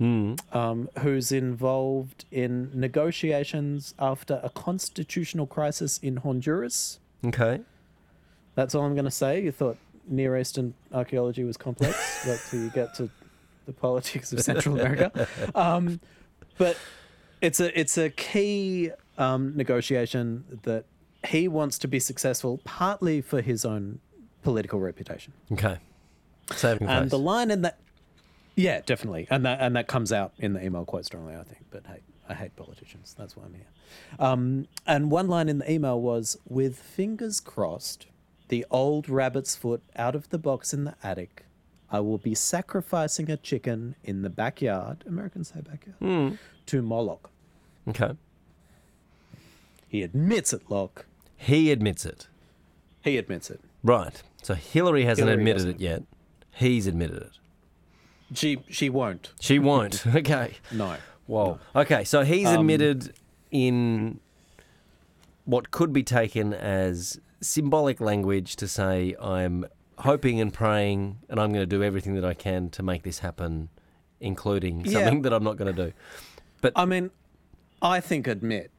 Speaker 2: um, who's involved in negotiations after a constitutional crisis in Honduras.
Speaker 1: Okay.
Speaker 2: That's all I'm going to say. You thought Near Eastern archaeology was complex, *laughs* wait till you get to the politics of Central America. Um, but it's a it's a key um, negotiation that he wants to be successful, partly for his own political reputation.
Speaker 1: Okay. Saving
Speaker 2: And
Speaker 1: face.
Speaker 2: the line in that, yeah, definitely, and that and that comes out in the email quite strongly, I think. But hey, I hate politicians. That's why I'm here. Um, and one line in the email was, "With fingers crossed, the old rabbit's foot out of the box in the attic." I will be sacrificing a chicken in the backyard, Americans say backyard, to Moloch.
Speaker 1: okay.
Speaker 2: He admits it, Locke.
Speaker 1: He admits it.
Speaker 2: He admits it.
Speaker 1: Right. So Hillary hasn't
Speaker 2: Hillary
Speaker 1: admitted
Speaker 2: doesn't.
Speaker 1: it yet. He's admitted it.
Speaker 2: She she won't.
Speaker 1: She won't. *laughs* okay.
Speaker 2: No.
Speaker 1: Whoa. Okay. So he's admitted in what could be taken as symbolic language to say, I'm hoping and praying, and I'm going to do everything that I can to make this happen, including
Speaker 2: Yeah.
Speaker 1: something that I'm not going to do.
Speaker 2: I mean, I think admit,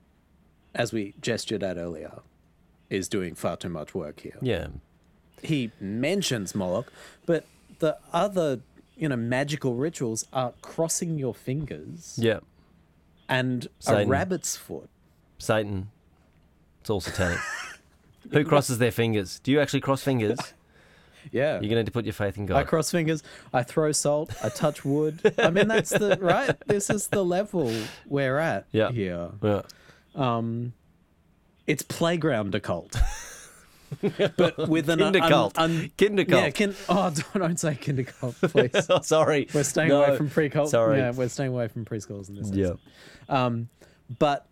Speaker 2: as we gestured at earlier, is doing far too much work here.
Speaker 1: Yeah.
Speaker 2: He mentions Moloch, but the other, you know, magical rituals are crossing your fingers
Speaker 1: Yeah.
Speaker 2: and
Speaker 1: Satan.
Speaker 2: a rabbit's foot.
Speaker 1: Satan. It's all satanic. Who crosses their fingers? Do you actually cross fingers?
Speaker 2: Yeah.
Speaker 1: You're going to need to put your faith in God.
Speaker 2: I cross fingers, I throw salt, I touch wood. I mean, that's the *laughs* right. This is the level we're at
Speaker 1: Yeah.
Speaker 2: here. Um,
Speaker 1: yeah.
Speaker 2: It's playground
Speaker 1: *laughs*
Speaker 2: occult. but with an un-
Speaker 1: Kinder cult.
Speaker 2: un-
Speaker 1: Kinder
Speaker 2: Yeah,
Speaker 1: cult.
Speaker 2: *laughs* kin- oh, don't, don't say kinder cult, *laughs* please.
Speaker 1: Oh, sorry.
Speaker 2: We're staying
Speaker 1: No.
Speaker 2: away from pre-cult.
Speaker 1: Sorry.
Speaker 2: Yeah, we're staying away from preschools in this.
Speaker 1: Yeah.
Speaker 2: instance. Um, but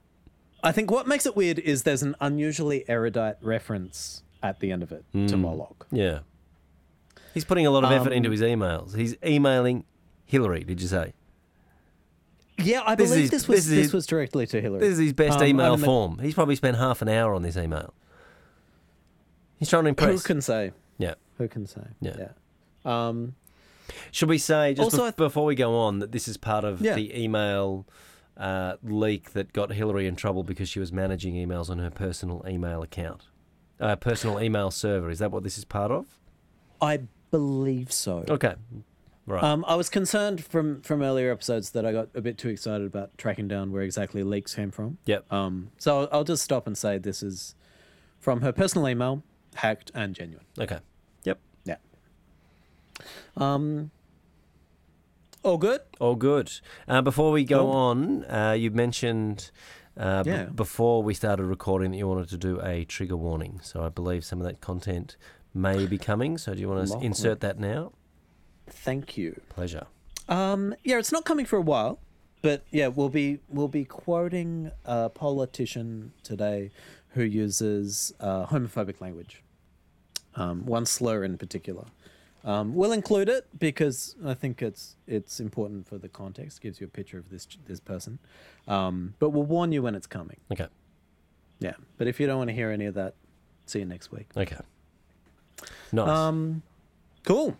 Speaker 2: I think what makes it weird is there's an unusually erudite reference at the end of it to Moloch.
Speaker 1: Yeah. He's putting a lot of effort
Speaker 2: Um,
Speaker 1: into his emails. He's emailing Hillary, did you say?
Speaker 2: Yeah, I
Speaker 1: This
Speaker 2: believe
Speaker 1: is-
Speaker 2: this was
Speaker 1: this
Speaker 2: this,
Speaker 1: is-
Speaker 2: was directly to Hillary.
Speaker 1: This is his best
Speaker 2: Um, I
Speaker 1: email
Speaker 2: don't know-
Speaker 1: form. He's probably spent half an hour on this email. He's trying to
Speaker 2: Who
Speaker 1: impress.
Speaker 2: can say?
Speaker 1: yeah.
Speaker 2: Who can say?
Speaker 1: Yeah.
Speaker 2: Yeah. Um,
Speaker 1: Should we say, just
Speaker 2: Also,
Speaker 1: bef-
Speaker 2: I th-
Speaker 1: before we go on, that this is part of
Speaker 2: Yeah.
Speaker 1: the email uh, leak that got Hillary in trouble because she was managing emails on her personal email account, uh, personal email server. Is that what this is part of?
Speaker 2: I believe so.
Speaker 1: Okay. Right.
Speaker 2: Um, I was concerned from from earlier episodes that I got a bit too excited about tracking down where exactly leaks came from.
Speaker 1: yep.
Speaker 2: Um, so I'll- I'll just stop and say this is from her personal email, hacked and genuine.
Speaker 1: okay. Yep.
Speaker 2: Yeah. Um. All good.
Speaker 1: All good. Uh, before we go
Speaker 2: Cool.
Speaker 1: on, uh, you mentioned uh, b-
Speaker 2: Yeah.
Speaker 1: before we started recording that you wanted to do a trigger warning. So I believe some of that content may be coming. So do you want to
Speaker 2: Lovely.
Speaker 1: insert that now?
Speaker 2: Thank you.
Speaker 1: Pleasure.
Speaker 2: Um. Yeah, it's not coming for a while, but yeah, we'll be we'll be quoting a politician today who uses uh, homophobic language. Um, one slur in particular. Um, we'll include it because I think it's it's important for the context. Gives you a picture of this this person, um, but we'll warn you when it's coming.
Speaker 1: Okay.
Speaker 2: Yeah, but if you don't want to hear any of that, see you next week.
Speaker 1: Okay. Nice.
Speaker 2: Um, cool.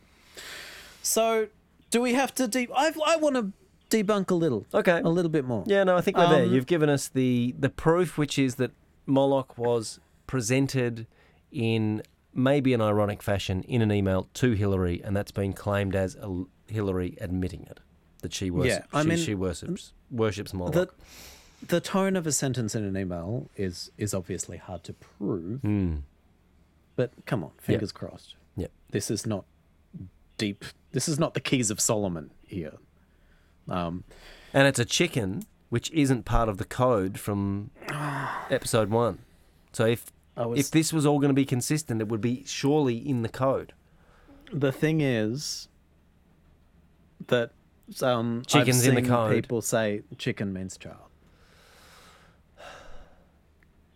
Speaker 2: So, do we have to de? I've, I want to debunk a little,
Speaker 1: okay.
Speaker 2: a little bit more.
Speaker 1: Yeah, no, I think we're there.
Speaker 2: Um,
Speaker 1: You've given us the, the proof, which is that Moloch was presented in maybe an ironic fashion in an email to Hillary, and that's been claimed as a, Hillary admitting it that she worships.
Speaker 2: I
Speaker 1: she,
Speaker 2: mean, mm,
Speaker 1: she worships worships Moloch.
Speaker 2: The
Speaker 1: Hmm.
Speaker 2: the tone of a sentence in an email is is obviously hard to prove, But come on, fingers crossed.
Speaker 1: Yeah.
Speaker 2: This is not deep. This is not the keys of Solomon here. Um,
Speaker 1: And it's a chicken, which isn't part of the code
Speaker 2: *sighs*
Speaker 1: from episode one. So if
Speaker 2: I was
Speaker 1: if this was all going to be consistent, it would be surely in the code.
Speaker 2: the thing is that um, I've
Speaker 1: Chicken's in the
Speaker 2: seen
Speaker 1: code.
Speaker 2: People say chicken means child,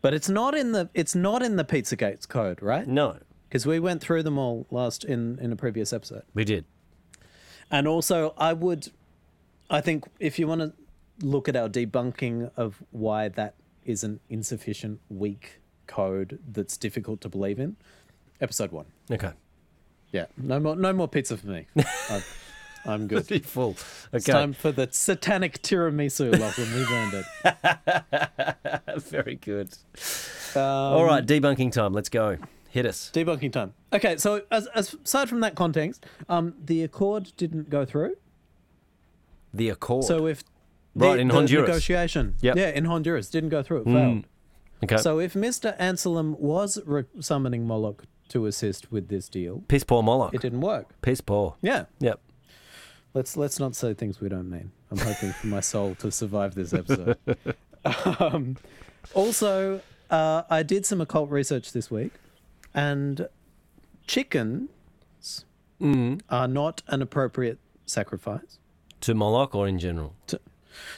Speaker 2: but it's not in the it's not in the Pizzagate's code, right?
Speaker 1: No,
Speaker 2: Because we went through them all last in in a previous episode,
Speaker 1: we did.
Speaker 2: and also I would, I think if you want to look at our debunking of why that is an insufficient, weak code that's difficult to believe in, episode one.
Speaker 1: Okay.
Speaker 2: Yeah, no more, no more pizza
Speaker 1: *laughs*
Speaker 2: for me. I'm, I'm good.
Speaker 1: Pretty full. Okay.
Speaker 2: It's time for the satanic tiramisu, Lachlan. We've earned
Speaker 1: *laughs*
Speaker 2: it.
Speaker 1: Very good.
Speaker 2: Um,
Speaker 1: all right, debunking time. Let's go. Hit us.
Speaker 2: Debunking time. Okay, so as, as aside from that context, um, the accord didn't go through.
Speaker 1: The accord.
Speaker 2: So if
Speaker 1: Right, in Honduras.
Speaker 2: negotiation,
Speaker 1: Yep. Mm. Uh,
Speaker 2: yeah, in Honduras didn't go through. It failed.
Speaker 1: okay.
Speaker 2: So if Mister Anselm was re- summoning Moloch to assist with this deal,
Speaker 1: piss poor Moloch.
Speaker 2: it didn't work.
Speaker 1: Piss poor.
Speaker 2: Yeah,
Speaker 1: Yep.
Speaker 2: let's let's not say things we don't mean. I'm hoping for my soul to survive this episode. um, also, uh, I did some occult research this week, and chickens are not an appropriate sacrifice.
Speaker 1: To Moloch or in general.
Speaker 2: To,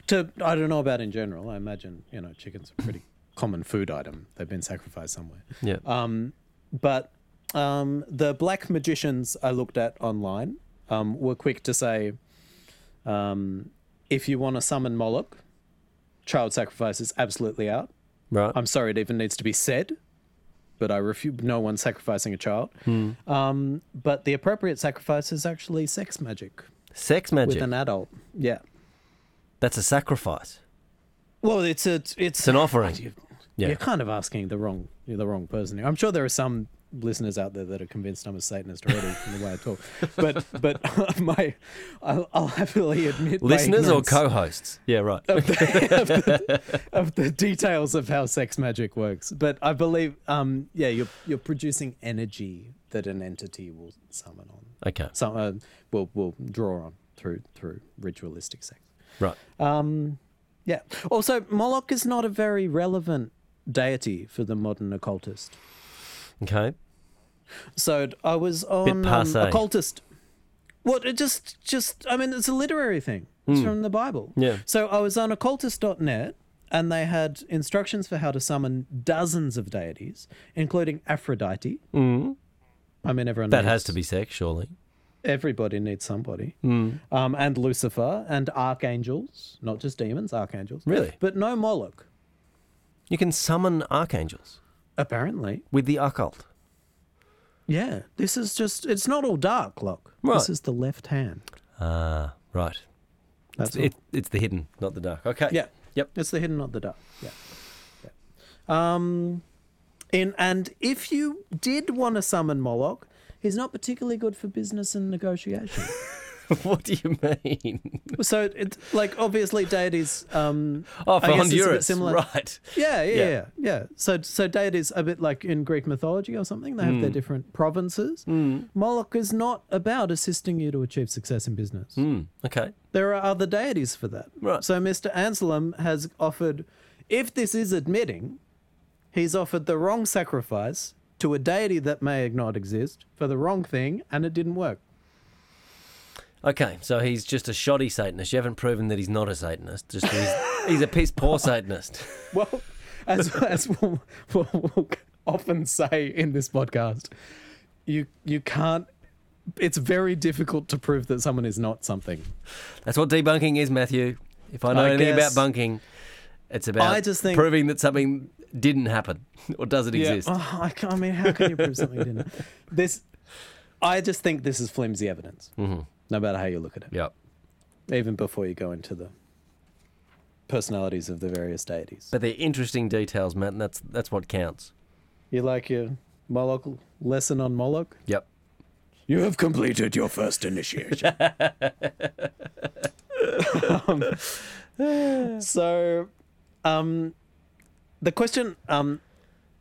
Speaker 2: to I don't know about in general. I imagine you know chickens are a pretty common food item. They've been sacrificed somewhere.
Speaker 1: Yeah.
Speaker 2: Um, but um, the black magicians I looked at online um, were quick to say um, if you want to summon Moloch, child sacrifice is absolutely out.
Speaker 1: right.
Speaker 2: I'm sorry, it even needs to be said, but I refuse no one sacrificing a child.
Speaker 1: Hmm.
Speaker 2: Um, but the appropriate sacrifice is actually sex magic
Speaker 1: Sex
Speaker 2: with
Speaker 1: magic.
Speaker 2: an adult. Yeah.
Speaker 1: That's a sacrifice.
Speaker 2: Well, it's a it's
Speaker 1: It's an offering. Yeah.
Speaker 2: You're kind of asking the wrong you're the wrong person here. I'm sure there are some listeners out there that are convinced I'm a
Speaker 1: *laughs*
Speaker 2: Satanist already from the way I talk. But but *laughs* my I'll, I'll happily admit my
Speaker 1: Listeners or
Speaker 2: ignorance
Speaker 1: co-hosts? Yeah. Right.
Speaker 2: of the details of how sex magic works. But I believe um yeah you're you're producing energy that an entity will summon on
Speaker 1: *laughs* okay.
Speaker 2: some uh, will will draw on through through ritualistic sex.
Speaker 1: Right.
Speaker 2: Um, yeah. Also, Moloch is not a very relevant deity for the modern occultist.
Speaker 1: Okay.
Speaker 2: So d- I was on um,
Speaker 1: passé.
Speaker 2: occultist. What? It just, just. I mean, it's a literary thing. It's from the Bible.
Speaker 1: Hmm. Yeah.
Speaker 2: So I was on occultist.net, and they had instructions for how to summon dozens of deities, including Aphrodite. I mean, everyone
Speaker 1: Hmm. That
Speaker 2: knows
Speaker 1: has to be Hmm. sex, surely.
Speaker 2: everybody needs somebody. Um, and Lucifer and archangels, not just demons, archangels.
Speaker 1: Really?
Speaker 2: But no Moloch,
Speaker 1: You can summon archangels
Speaker 2: apparently.
Speaker 1: with the occult.
Speaker 2: Yeah. This is just, it's not all dark, Locke.
Speaker 1: Right.
Speaker 2: This is the left hand.
Speaker 1: Ah, right.
Speaker 2: That's all.
Speaker 1: It, it's the hidden, not the dark. Okay.
Speaker 2: Yeah.
Speaker 1: Yep. *laughs*
Speaker 2: It's the hidden, not the dark. Yeah. yeah. Um, in, and if you did want to summon Moloch, he's not particularly good for business and negotiation.
Speaker 1: *laughs* what do you mean?
Speaker 2: so, it's like, obviously, deities. Um,
Speaker 1: Oh, for
Speaker 2: I guess it's a bit
Speaker 1: Honduras,
Speaker 2: similar.
Speaker 1: right?
Speaker 2: Yeah, yeah,
Speaker 1: Yeah.
Speaker 2: yeah, yeah, So, so deities a bit like in Greek mythology or something. They have
Speaker 1: Hmm.
Speaker 2: their different provinces. Moloch is not about assisting you to achieve success in business.
Speaker 1: Hmm. okay.
Speaker 2: There are other deities for that.
Speaker 1: Right.
Speaker 2: So, Mr. Anselm has offered, if this is admitting, he's offered the wrong sacrifice to a deity that may not exist for the wrong thing, and it didn't work.
Speaker 1: Okay, so he's just a shoddy Satanist. You haven't proven that he's not a Satanist. Just he's,
Speaker 2: *laughs*
Speaker 1: he's a piss poor Satanist.
Speaker 2: Well, *laughs* as as we'll, we'll, we'll often say in this podcast, you you can't. It's very difficult to prove that someone is not something.
Speaker 1: That's what debunking is, Matthew. If I know
Speaker 2: I
Speaker 1: anything
Speaker 2: guess-
Speaker 1: about bunking, it's about
Speaker 2: I just think-
Speaker 1: proving that something didn't happen *laughs* or doesn't exist.
Speaker 2: Oh, I, can't- I mean, how can you prove something didn't? *laughs* This, I just think this is flimsy evidence. No matter how you look at it,
Speaker 1: Yep.
Speaker 2: even before you go into the personalities of the various deities,
Speaker 1: But they're interesting details, Matt, and that's that's what counts.
Speaker 2: you like your Moloch lesson on Moloch.
Speaker 1: Yep.
Speaker 2: You have completed your first initiation. Um, so, um, the question um,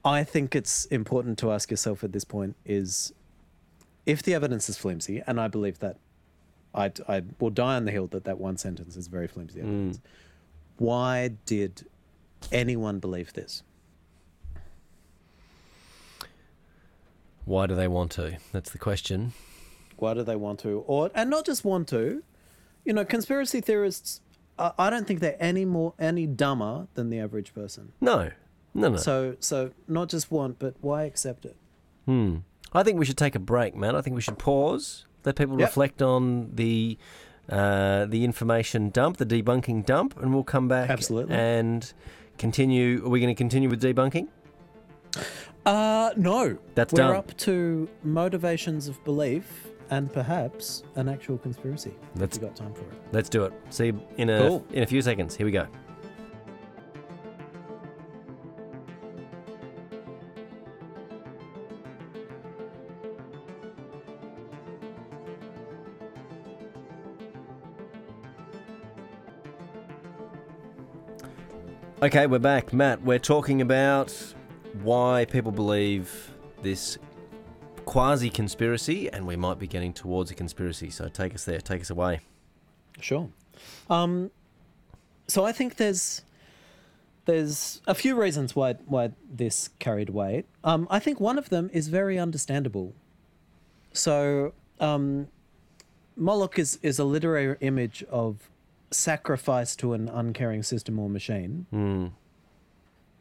Speaker 2: I think it's important to ask yourself at this point is if the evidence is flimsy, and I believe that I, I will die on the hill that that one sentence is very flimsy evidence, why did anyone believe this?
Speaker 1: Why do they want to? That's the question.
Speaker 2: Why do they want to? Or and not just want to, you know, conspiracy theorists. I I don't think they're any more any dumber than the average person.
Speaker 1: No, no, no.
Speaker 2: So so not just want, but why accept it? Hmm.
Speaker 1: I think we should take a break, man. I think we should pause, let people
Speaker 2: Yep.
Speaker 1: reflect on the uh, the information dump, the debunking dump, and we'll come back
Speaker 2: Absolutely.
Speaker 1: and continue. Are we going to continue with debunking?
Speaker 2: Uh no.
Speaker 1: That's
Speaker 2: We're
Speaker 1: done.
Speaker 2: up to motivations of belief and perhaps an actual conspiracy.
Speaker 1: That's-
Speaker 2: if we got time for it.
Speaker 1: Let's do it. See you in a
Speaker 2: Cool.
Speaker 1: in a few seconds. Here we go. Okay, we're back, Matt. We're talking about why people believe this quasi conspiracy, and we might be getting towards a conspiracy. So take us there. Take us away.
Speaker 2: Sure. Um so I think there's there's a few reasons why why this carried weight. Um I think one of them is very understandable. So um Moloch is, is a literary image of sacrifice to an uncaring system or machine.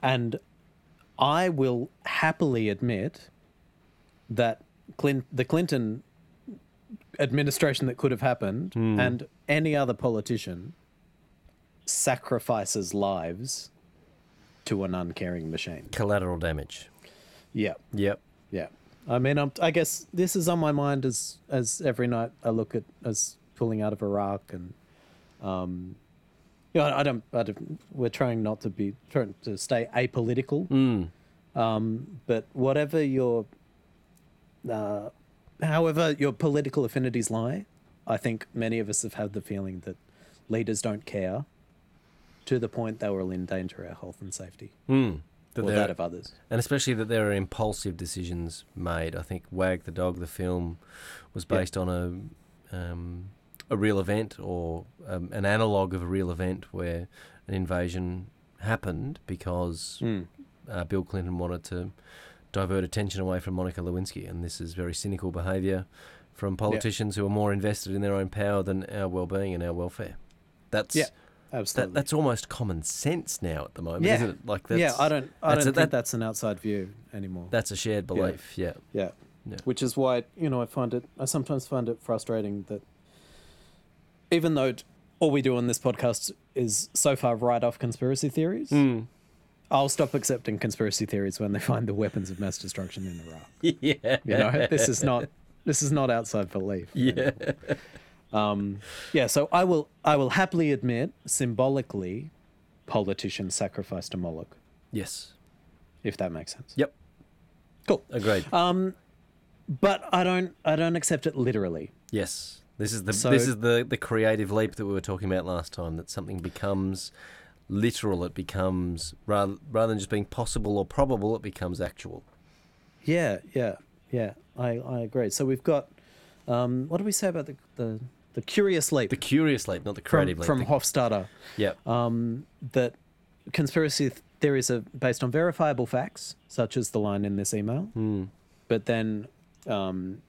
Speaker 2: And I will happily admit that Clin- the Clinton administration that could have happened and any other politician sacrifices lives to an uncaring machine.
Speaker 1: collateral damage.
Speaker 2: Yeah,
Speaker 1: Yep.
Speaker 2: yeah. I mean, I'm, I guess this is on my mind as as every night I look at us pulling out of Iraq and, um, you know, I, I don't, I don't. We're trying not to be trying to stay apolitical.
Speaker 1: Mm.
Speaker 2: Um, but whatever your, uh, however your political affinities lie, I think many of us have had the feeling that leaders don't care. To the point they will endanger our health and safety,
Speaker 1: That
Speaker 2: or
Speaker 1: there-
Speaker 2: that of others.
Speaker 1: and especially that there are impulsive decisions made. I think Wag the Dog, the film, was
Speaker 2: Yeah.
Speaker 1: based on a um, a real event or um, an analogue of a real event where an invasion happened
Speaker 2: Hmm.
Speaker 1: because uh, Bill Clinton wanted to divert attention away from Monica Lewinsky, and this is very cynical behaviour from politicians who are more invested in their own power than our well-being and our welfare. That's
Speaker 2: Yeah,
Speaker 1: that,
Speaker 2: absolutely.
Speaker 1: that's almost common sense now at the moment,
Speaker 2: Yeah.
Speaker 1: isn't it? Like that's,
Speaker 2: yeah, I don't. I
Speaker 1: that's
Speaker 2: don't
Speaker 1: a-
Speaker 2: think
Speaker 1: that-
Speaker 2: that's an outside view anymore.
Speaker 1: That's a shared belief. Yeah.
Speaker 2: yeah.
Speaker 1: Yeah.
Speaker 2: which is why you know I find it. I sometimes find it frustrating that even though t- all we do on this podcast is so far right off conspiracy theories,
Speaker 1: Hmm.
Speaker 2: I'll stop accepting conspiracy theories when they find the weapons of mass destruction in Iraq.
Speaker 1: *laughs* Yeah.
Speaker 2: You know, this is not this is not outside belief.
Speaker 1: *laughs* Yeah.
Speaker 2: *laughs* Um, yeah, so I will I will happily admit symbolically, politicians sacrificed a Moloch,
Speaker 1: Yes.
Speaker 2: if that makes sense.
Speaker 1: Yep.
Speaker 2: Cool.
Speaker 1: Agreed.
Speaker 2: Um, but I don't I don't accept it literally.
Speaker 1: yes. This is the
Speaker 2: so-
Speaker 1: this is the the creative leap that we were talking about last time. That something becomes literal. It becomes rather rather than just being possible or probable. It becomes actual.
Speaker 2: Yeah, yeah, yeah. I, I agree. So we've got um, what do we say about the the, the curious leap
Speaker 1: The curious leap, not the
Speaker 2: from,
Speaker 1: creative
Speaker 2: from
Speaker 1: leap.
Speaker 2: Hofstadter
Speaker 1: yeah.
Speaker 2: um, that conspiracy th- theories are based on verifiable facts, such as the line in this email,
Speaker 1: Hmm.
Speaker 2: but then um,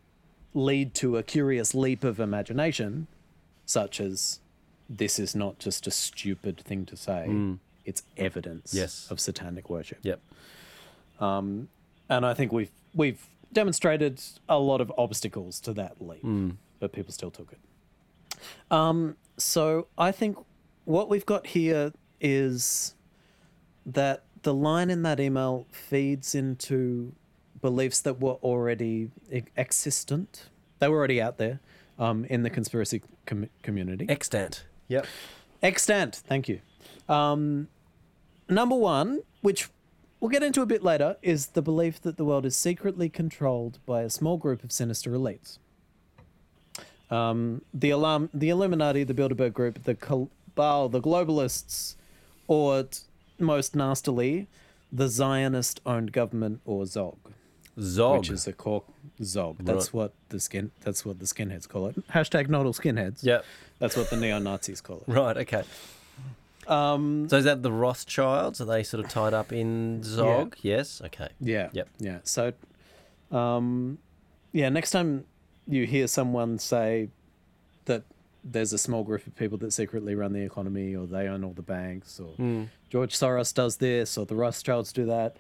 Speaker 2: lead to a curious leap of imagination, such as this is not just a stupid thing to say. It's evidence
Speaker 1: Hmm. Yes.
Speaker 2: of satanic worship.
Speaker 1: yep.
Speaker 2: and I think we've we've demonstrated a lot of obstacles to that leap, but people still took it. Um, so I think what we've got here is that the line in that email feeds into beliefs that were already e- existent; they were already out there um, in the conspiracy com- community.
Speaker 1: Extant. Yep.
Speaker 2: Extant. Thank you. Um, number one, which we'll get into a bit later, is the belief that the world is secretly controlled by a small group of sinister elites. Um, the alarm, the Illuminati, the Bilderberg Group, the Cabal, the globalists, or t- most nastily, the Zionist-owned government, or ZOG,
Speaker 1: Zog.
Speaker 2: which is a cork ZOG.
Speaker 1: Right.
Speaker 2: That's what the skin. That's what the skinheads call it. Hashtag not all skinheads.
Speaker 1: Yep.
Speaker 2: That's what the neo Nazis call it.
Speaker 1: Right. Okay. Um, so is that the Rothschilds? Are they sort of tied up in Zog? Yes. Okay.
Speaker 2: Yeah.
Speaker 1: Yep.
Speaker 2: Yeah. So, um, yeah. Next time you hear someone say that there's a small group of people that secretly run the economy or they own all the banks or
Speaker 1: Hmm.
Speaker 2: George Soros does this or the Rothschilds do that,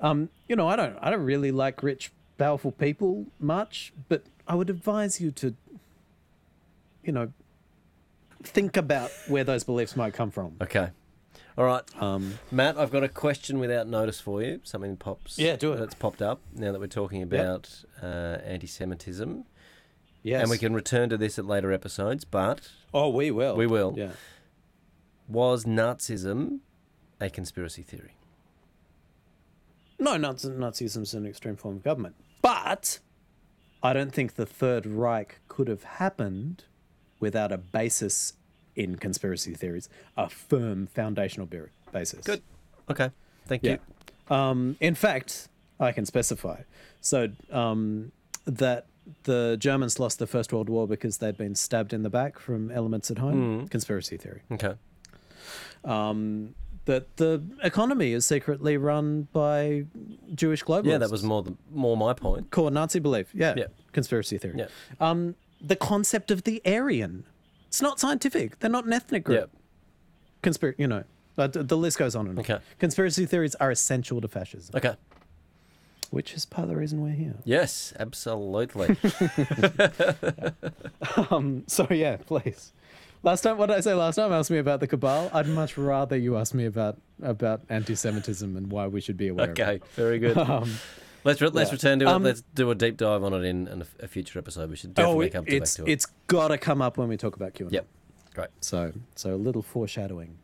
Speaker 2: um, you know, I don't, I don't really like rich, powerful people much, but I would advise you to, you know, think about where those beliefs might come from.
Speaker 1: Okay. All right,
Speaker 2: Um,
Speaker 1: Matt. I've got a question without notice for you. Something pops.
Speaker 2: Yeah, do it.
Speaker 1: That's popped up now that we're talking about uh, anti-Semitism,
Speaker 2: yes.
Speaker 1: and we can return to this at later episodes. But
Speaker 2: Oh, we will.
Speaker 1: We will.
Speaker 2: Yeah.
Speaker 1: was Nazism a conspiracy theory?
Speaker 2: No, Nazi- Nazism is an extreme form of government. But I don't think the Third Reich could have happened without a basis in conspiracy theories, a firm foundational be- basis.
Speaker 1: Good. Okay. Thank
Speaker 2: Yeah.
Speaker 1: you.
Speaker 2: Um, in fact, I can specify. So um, that the Germans lost the First World War because they'd been stabbed in the back from elements at
Speaker 1: Mm-hmm.
Speaker 2: home. Conspiracy theory.
Speaker 1: Okay.
Speaker 2: Um, that the economy is secretly run by Jewish globalists.
Speaker 1: Yeah, that was more the, more my point.
Speaker 2: core Nazi belief. Yeah.
Speaker 1: Yeah.
Speaker 2: Conspiracy theory.
Speaker 1: Yeah.
Speaker 2: Um, the concept of the Aryan. It's not scientific. They're not an ethnic
Speaker 1: Yeah.
Speaker 2: group. Conspiracy, you know, but th- the list goes on and on.
Speaker 1: Okay.
Speaker 2: Conspiracy theories are essential to fascism,
Speaker 1: Okay.
Speaker 2: which is part of the reason we're here.
Speaker 1: Yes, absolutely.
Speaker 2: Um, so, yeah, please. Last time, what did I say last time? Asked me about the cabal. I'd much rather you ask me about about anti-Semitism and why we should be aware. Of it.
Speaker 1: okay. Very
Speaker 2: *laughs*
Speaker 1: good. let's re- let's
Speaker 2: Um, yeah.
Speaker 1: return to
Speaker 2: Um,
Speaker 1: it. Let's do a deep dive on it in, in a, f- a future episode. We should
Speaker 2: Oh,
Speaker 1: definitely
Speaker 2: it,
Speaker 1: come to
Speaker 2: it's
Speaker 1: back to it.
Speaker 2: it's got to come up when we talk about QAnon.
Speaker 1: Yep. Great.
Speaker 2: So so a little foreshadowing.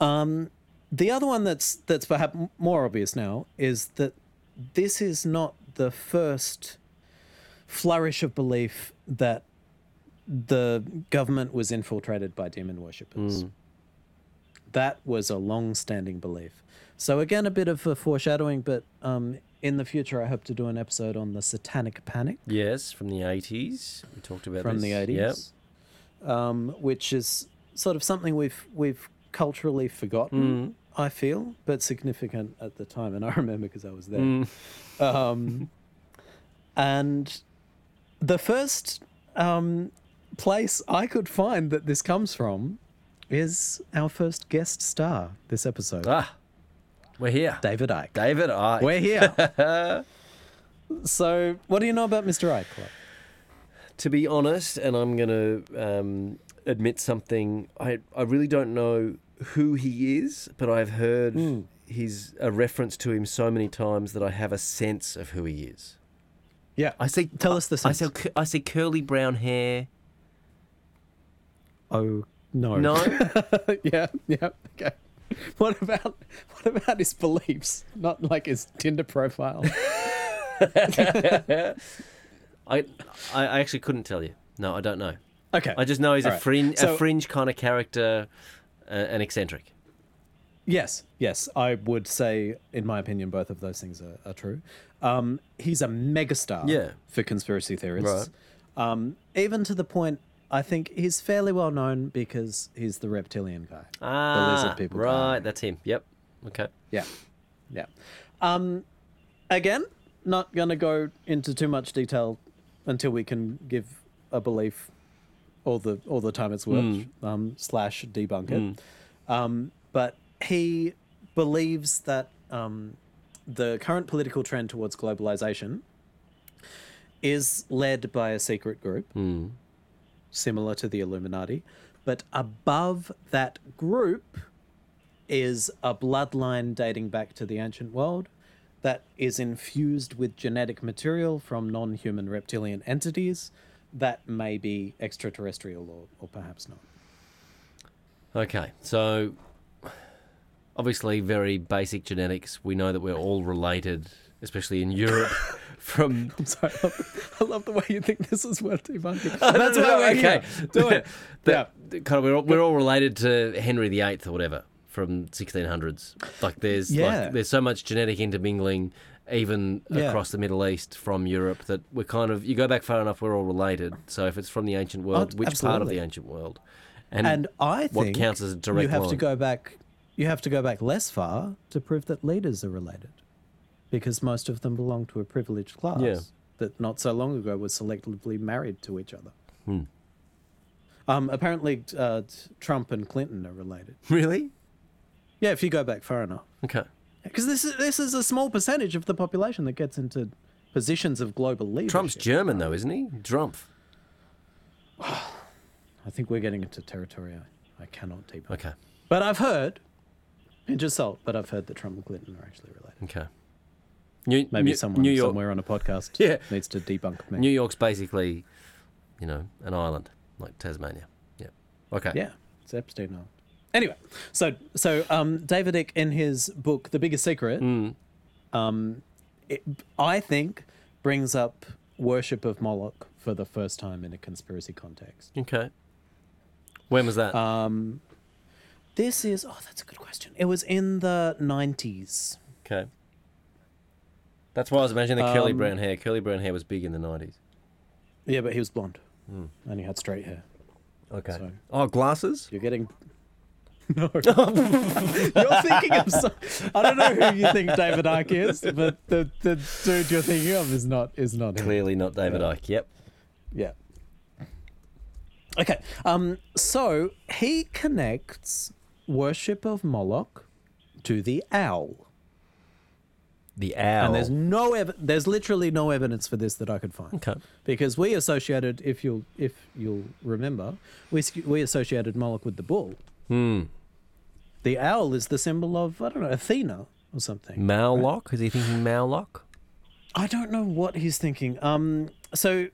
Speaker 2: Um, the other one that's that's perhaps m- more obvious now is that this is not the first flourish of belief that the government was infiltrated by demon worshippers. That was a long-standing belief. So again, a bit of a foreshadowing, but um, in the future, I hope to do an episode on the Satanic Panic
Speaker 1: Yes, from the eighties. We talked about
Speaker 2: from
Speaker 1: this.
Speaker 2: the
Speaker 1: Yep.
Speaker 2: eighties, um, which is sort of something we've we've culturally forgotten. I feel, but significant at the time, and I *laughs* remember because I was there. Um, and the first um, place I could find that this comes from is our first guest star this episode,
Speaker 1: Ah, we're here.
Speaker 2: David Oh. Icke.
Speaker 1: David, I.
Speaker 2: We're here. *laughs* so, what do you know about Mr. Icke? Clark?
Speaker 1: to be honest, and I'm going to um, admit something. I I really don't know who he is, but I've heard
Speaker 2: Hmm.
Speaker 1: his a reference to him so many times that I have a sense of who he is.
Speaker 2: Yeah,
Speaker 1: I see.
Speaker 2: Tell us the
Speaker 1: I
Speaker 2: sense.
Speaker 1: see. I see curly brown hair.
Speaker 2: Oh *laughs* no.
Speaker 1: *laughs* No.
Speaker 2: yeah, yeah, okay. What about what about his beliefs? Not like his Tinder
Speaker 1: *laughs*
Speaker 2: profile.
Speaker 1: I I actually couldn't tell you. No, I don't know.
Speaker 2: Okay.
Speaker 1: I just know he's
Speaker 2: All
Speaker 1: a
Speaker 2: right.
Speaker 1: fringe a
Speaker 2: So-
Speaker 1: fringe kind of character, uh, and eccentric.
Speaker 2: yes, yes, I would say, in my opinion, both of those things are, are true. Um, he's a megastar
Speaker 1: Yeah.
Speaker 2: for conspiracy
Speaker 1: Right.
Speaker 2: theorists. Um, even to the point, I think he's fairly well known because he's the reptilian guy.
Speaker 1: Ah,
Speaker 2: lizard people guy.
Speaker 1: right. That's him. Yep. Okay.
Speaker 2: Yeah. Yeah. Um, again, not going to go into too much detail until we can give a belief all the all the time it's worth um, slash debunk it. Um, but he believes that um, the current political trend towards globalization is led by a secret group similar to the Illuminati, but above that group is a bloodline dating back to the ancient world that is infused with genetic material from non human reptilian entities that may be extraterrestrial or, or perhaps not.
Speaker 1: Okay, so obviously, very basic genetics. We know that we're all related, especially in Europe. *laughs* From
Speaker 2: *laughs* I'm sorry, I love, I love the way you think this is worth *laughs*
Speaker 1: *laughs*
Speaker 2: debunking.
Speaker 1: that's
Speaker 2: why we're here. Do
Speaker 1: *laughs*
Speaker 2: it. *laughs*
Speaker 1: uh, The- the- kind of, we're all, we're all related to Henry VIII or whatever. from 1600s. Like there's
Speaker 2: Yeah.
Speaker 1: like there's so much genetic intermingling even
Speaker 2: Yeah.
Speaker 1: across the Middle East from Europe that we're kind of you go back far enough we're all related. So if it's from the ancient world, which part of
Speaker 2: Oh, absolutely.
Speaker 1: the ancient world? And,
Speaker 2: And I
Speaker 1: Hmm. what
Speaker 2: think
Speaker 1: counts as a direct
Speaker 2: you have to
Speaker 1: line?
Speaker 2: go back. You have to go back less far to prove that leaders are related, because most of them belong to a privileged class
Speaker 1: Yeah.
Speaker 2: that not so long ago was selectively married to each other.
Speaker 1: Hmm.
Speaker 2: Um, apparently, uh, t- Trump and Clinton are related.
Speaker 1: really?
Speaker 2: Yeah, if you go back far enough,
Speaker 1: Okay.
Speaker 2: because this is this is a small percentage of the population that gets into positions of global leadership.
Speaker 1: Trump's German though, isn't he? Drumpf.
Speaker 2: I think we're getting into territory I, I cannot deep.
Speaker 1: Okay.
Speaker 2: But I've heard, pinch of salt, but I've heard that Trump and Clinton are actually related.
Speaker 1: Okay. New,
Speaker 2: Maybe
Speaker 1: New,
Speaker 2: someone
Speaker 1: New York,
Speaker 2: somewhere on a
Speaker 1: *laughs*
Speaker 2: podcast
Speaker 1: Yeah.
Speaker 2: needs to debunk me.
Speaker 1: New York's basically, you know, an island like Tasmania. Yeah. Okay.
Speaker 2: yeah, it's Epstein Island. Anyway, so so um, David Icke in his book The Biggest Secret,
Speaker 1: Hmm.
Speaker 2: um, it, I think brings up worship of Moloch for the first time in a conspiracy context.
Speaker 1: Okay. When was that?
Speaker 2: Um, this is oh, that's a good question. It was in the nineties.
Speaker 1: okay. That's why I was imagining the curly
Speaker 2: um,
Speaker 1: brown hair. Curly brown hair was big in the nineties.
Speaker 2: Yeah, but he was blonde
Speaker 1: Hmm.
Speaker 2: and he had straight hair.
Speaker 1: Okay.
Speaker 2: so-
Speaker 1: Oh, glasses.
Speaker 2: You're getting. *laughs* No. you're thinking of. So... I don't know who you think David Icke is, but the, the dude you're thinking of is not is not him.
Speaker 1: Clearly not David Icke. Yep.
Speaker 2: Yeah. Okay. Um. So he connects worship of Moloch to the owl,
Speaker 1: The owl.
Speaker 2: and there's no ev- there's literally no evidence for this that I could find.
Speaker 1: okay.
Speaker 2: Because we associated, if you'll if you'll remember, we s- we associated Moloch with the bull. The owl is the symbol of I don't know Athena or something.
Speaker 1: Maulock. Is he thinking Maulock?
Speaker 2: I don't know what he's thinking. Um, so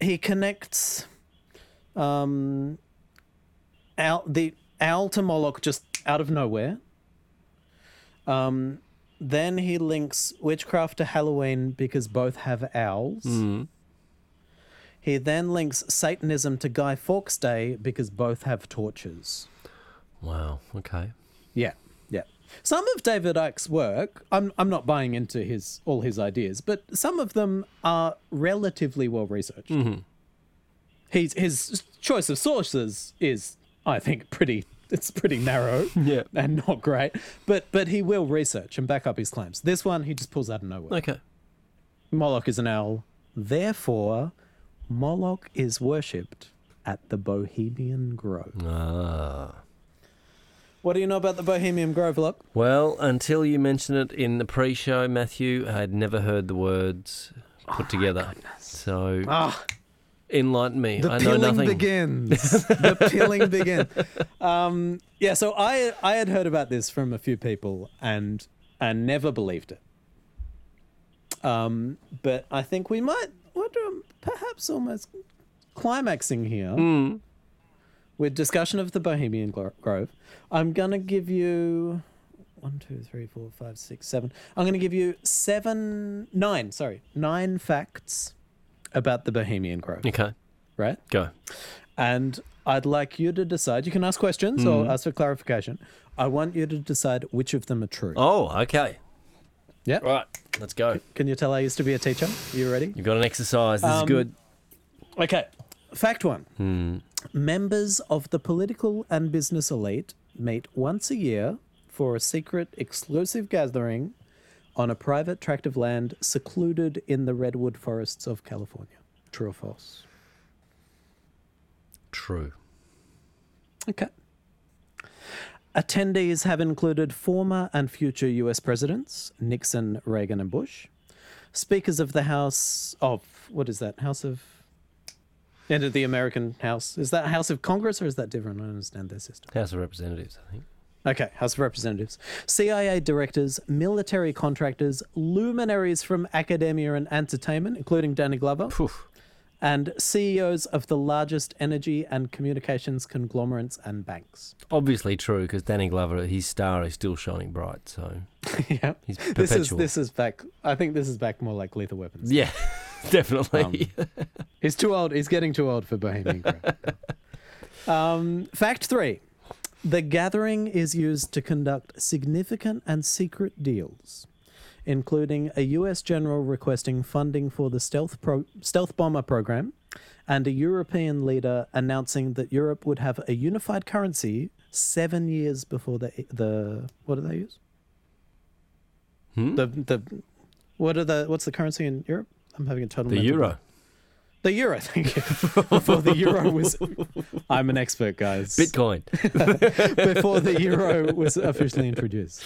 Speaker 2: he connects, um, owl the owl to Moloch just out of nowhere. Um, then he links witchcraft to Halloween because both have owls. He then links Satanism to Guy Fawkes Day because both have torches.
Speaker 1: Wow. Okay.
Speaker 2: Yeah, yeah. Some of David Icke's work, I'm I'm not buying into his all his ideas, but some of them are relatively well researched. His his choice of sources is, I think, pretty. It's pretty *laughs* narrow,
Speaker 1: Yeah.
Speaker 2: and not great. But but he will research and back up his claims. This one he just pulls out of nowhere.
Speaker 1: Okay.
Speaker 2: Moloch is an owl, therefore, Moloch is worshipped at the Bohemian Grove.
Speaker 1: Ah.
Speaker 2: What do you know about the Bohemian Grove, Locke?
Speaker 1: Well, until you mentioned it in the pre-show, Matthew, I had never heard the words put together. So
Speaker 2: Ah.
Speaker 1: enlighten me.
Speaker 2: The
Speaker 1: I know
Speaker 2: peeling
Speaker 1: nothing.
Speaker 2: begins.
Speaker 1: *laughs*
Speaker 2: the peeling begins. Um, yeah, so I I had heard about this from a few people and and never believed it. Um, but I think we might we're doing perhaps almost climaxing here
Speaker 1: Hmm.
Speaker 2: with discussion of the Bohemian Gro- Grove. I'm gonna give you one, two, three, four, five, six, seven. I'm gonna give you seven, nine. Sorry, nine facts about the Bohemian Grove.
Speaker 1: Okay,
Speaker 2: Right
Speaker 1: go.
Speaker 2: and I'd like you to decide. You can ask questions or ask for clarification. I want you to decide which of them are true.
Speaker 1: Oh, okay.
Speaker 2: Yeah.
Speaker 1: Right, let's go.
Speaker 2: Can you tell I used to be a teacher? you ready?
Speaker 1: You've got an exercise.
Speaker 2: Um,
Speaker 1: This is good.
Speaker 2: Okay. Fact one Members of the political and business elite meet once a year for a secret, exclusive gathering on a private tract of land secluded in the redwood forests of California. True or false?
Speaker 1: True.
Speaker 2: Okay. Attendees have included former and future US presidents Nixon, Reagan, and Bush, speakers of the House of what is that? House of and of the American House. Is that House of Congress or is that different? I don't understand their system.
Speaker 1: House of Representatives, I think.
Speaker 2: Okay, House of Representatives. CIA directors, military contractors, luminaries from academia and entertainment, including Danny Glover
Speaker 1: Poof.
Speaker 2: and CEOs of the largest energy and communications conglomerates and banks. *laughs*
Speaker 1: Obviously true, because Danny Glover, his star is still shining bright. So
Speaker 2: yeah.
Speaker 1: he's
Speaker 2: *laughs* This is
Speaker 1: perpetual.
Speaker 2: this is back. I think this is back more like lethal weapons.
Speaker 1: Yeah, *laughs* definitely.
Speaker 2: He's too old. He's getting too old for Bohemian Grove. um, fact three: The gathering is used to conduct significant and secret deals, including a US general requesting funding for the stealth, pro- stealth bomber program, and a European leader announcing that Europe would have a unified currency seven years before the. the what do they use?
Speaker 1: *laughs* Hmm?
Speaker 2: The, the, what are the, what's the currency in Europe? I'm having a total
Speaker 1: The
Speaker 2: mental
Speaker 1: euro.
Speaker 2: *laughs* the euro, thank you. Before the euro was, I'm an expert, guys.
Speaker 1: Bitcoin.
Speaker 2: Before the euro was officially introduced.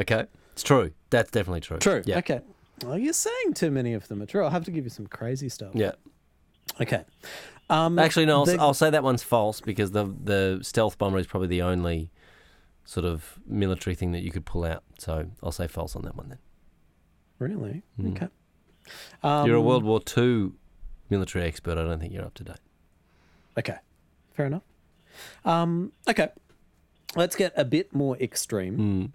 Speaker 1: okay. It's true. That's definitely true.
Speaker 2: True.
Speaker 1: Yeah.
Speaker 2: Okay. Well, you're saying too many of them are true. I'll have to give you some crazy stuff.
Speaker 1: Yeah.
Speaker 2: Okay. Um,
Speaker 1: Actually, no, I'll,
Speaker 2: the-
Speaker 1: I'll say that one's false because the the stealth bomber is probably the only sort of military thing that you could pull out. So I'll say false on that one then.
Speaker 2: really?
Speaker 1: Mm.
Speaker 2: Okay. Um,
Speaker 1: you're a World War II military expert. I don't think you're up to date.
Speaker 2: Okay. Fair enough. Um, okay. Let's get a bit more extreme.
Speaker 1: Mm.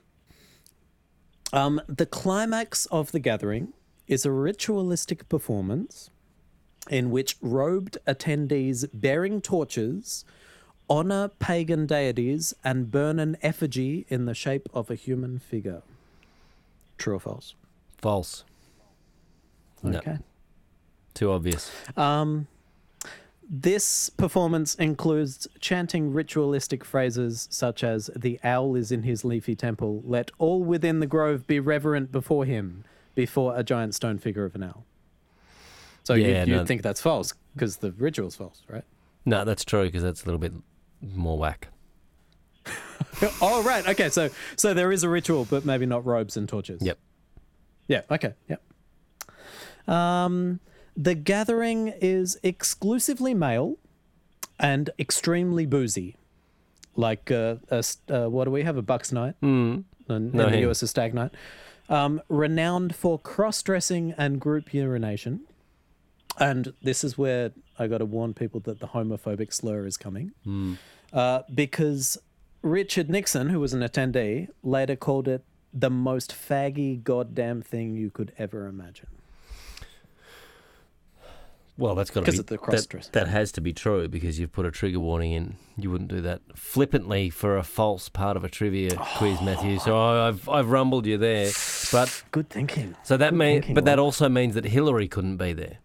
Speaker 2: Um, the climax of the gathering is a ritualistic performance in which robed attendees bearing torches honor pagan deities and burn an effigy in the shape of a human figure. True or false?
Speaker 1: False. No.
Speaker 2: Okay.
Speaker 1: Too obvious.
Speaker 2: Um, this performance includes chanting ritualistic phrases such as "The owl is in his leafy temple. Let all within the grove be reverent before him, before a giant stone figure of an owl." So
Speaker 1: Yeah,
Speaker 2: you, you
Speaker 1: no.
Speaker 2: think that's false because the ritual's false, right? *laughs*
Speaker 1: No, that's true because that's a little bit more whack.
Speaker 2: oh, right. Okay. So so there is a ritual, but maybe not robes and torches.
Speaker 1: Yep.
Speaker 2: Yeah. Okay. Yep. Um, the gathering is exclusively male and extremely boozy. Like, uh, a s- uh, what do we have? A Bucks night
Speaker 1: Mm.
Speaker 2: and
Speaker 1: No
Speaker 2: in the
Speaker 1: hint.
Speaker 2: US, a stag night. Um, renowned for cross dressing and group urination. And this is where I got to warn people that the homophobic slur is coming.
Speaker 1: Hmm.
Speaker 2: Uh, because Richard Nixon, who was an attendee, later called it the most faggy goddamn thing you could ever imagine.
Speaker 1: Well, that's got to
Speaker 2: 'Cause
Speaker 1: be
Speaker 2: of the cross-dress.
Speaker 1: That, that has to be true because you've put a trigger warning in. You wouldn't do that flippantly for a false part of a trivia
Speaker 2: Oh.
Speaker 1: quiz, Matthew. So I, I've I've rumbled you there, but
Speaker 2: Good thinking.
Speaker 1: so that
Speaker 2: Good
Speaker 1: means
Speaker 2: thinking,
Speaker 1: but that
Speaker 2: Rob.
Speaker 1: also means that Hillary couldn't be there,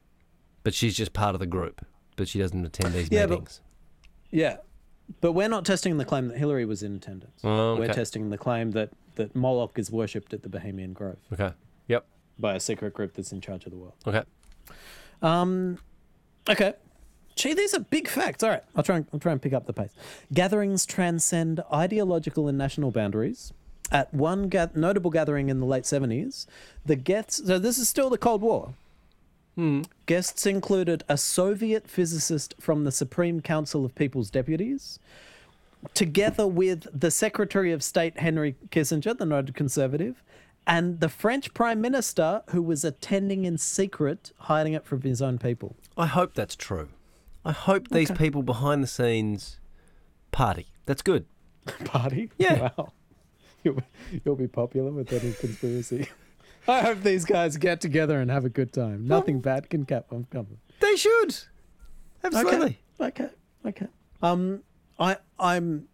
Speaker 1: but she's just part of the group, but she doesn't attend these
Speaker 2: Yeah, but-
Speaker 1: meetings.
Speaker 2: Yeah. But we're not testing the claim that Hillary was in attendance.
Speaker 1: Oh,
Speaker 2: We're
Speaker 1: okay.
Speaker 2: testing the claim that, that Moloch is worshipped at the Bohemian Grove
Speaker 1: okay. Yep.
Speaker 2: by a secret group that's in charge of the world.
Speaker 1: Okay.
Speaker 2: Um, okay. Gee, these are big facts. All right, I'll try and I'll try and pick up the pace. Gatherings transcend ideological and national boundaries. At one ga- notable gathering in the late seventies, the guests. So this is still the Cold War.
Speaker 1: Hmm.
Speaker 2: Guests included a Soviet physicist from the Supreme Council of People's Deputies, together with the Secretary of State Henry Kissinger, the noted conservative, and the French Prime Minister who was attending in secret, hiding it from his own people.
Speaker 1: I hope that's true. I hope these people behind the scenes party. That's good.
Speaker 2: Party?
Speaker 1: Yeah.
Speaker 2: Wow. You'll, you'll be popular with any conspiracy. I hope these guys get together and have a good time. Nothing bad can cap on coming.
Speaker 1: They should. Absolutely.
Speaker 2: Okay. Okay. Um, I I'm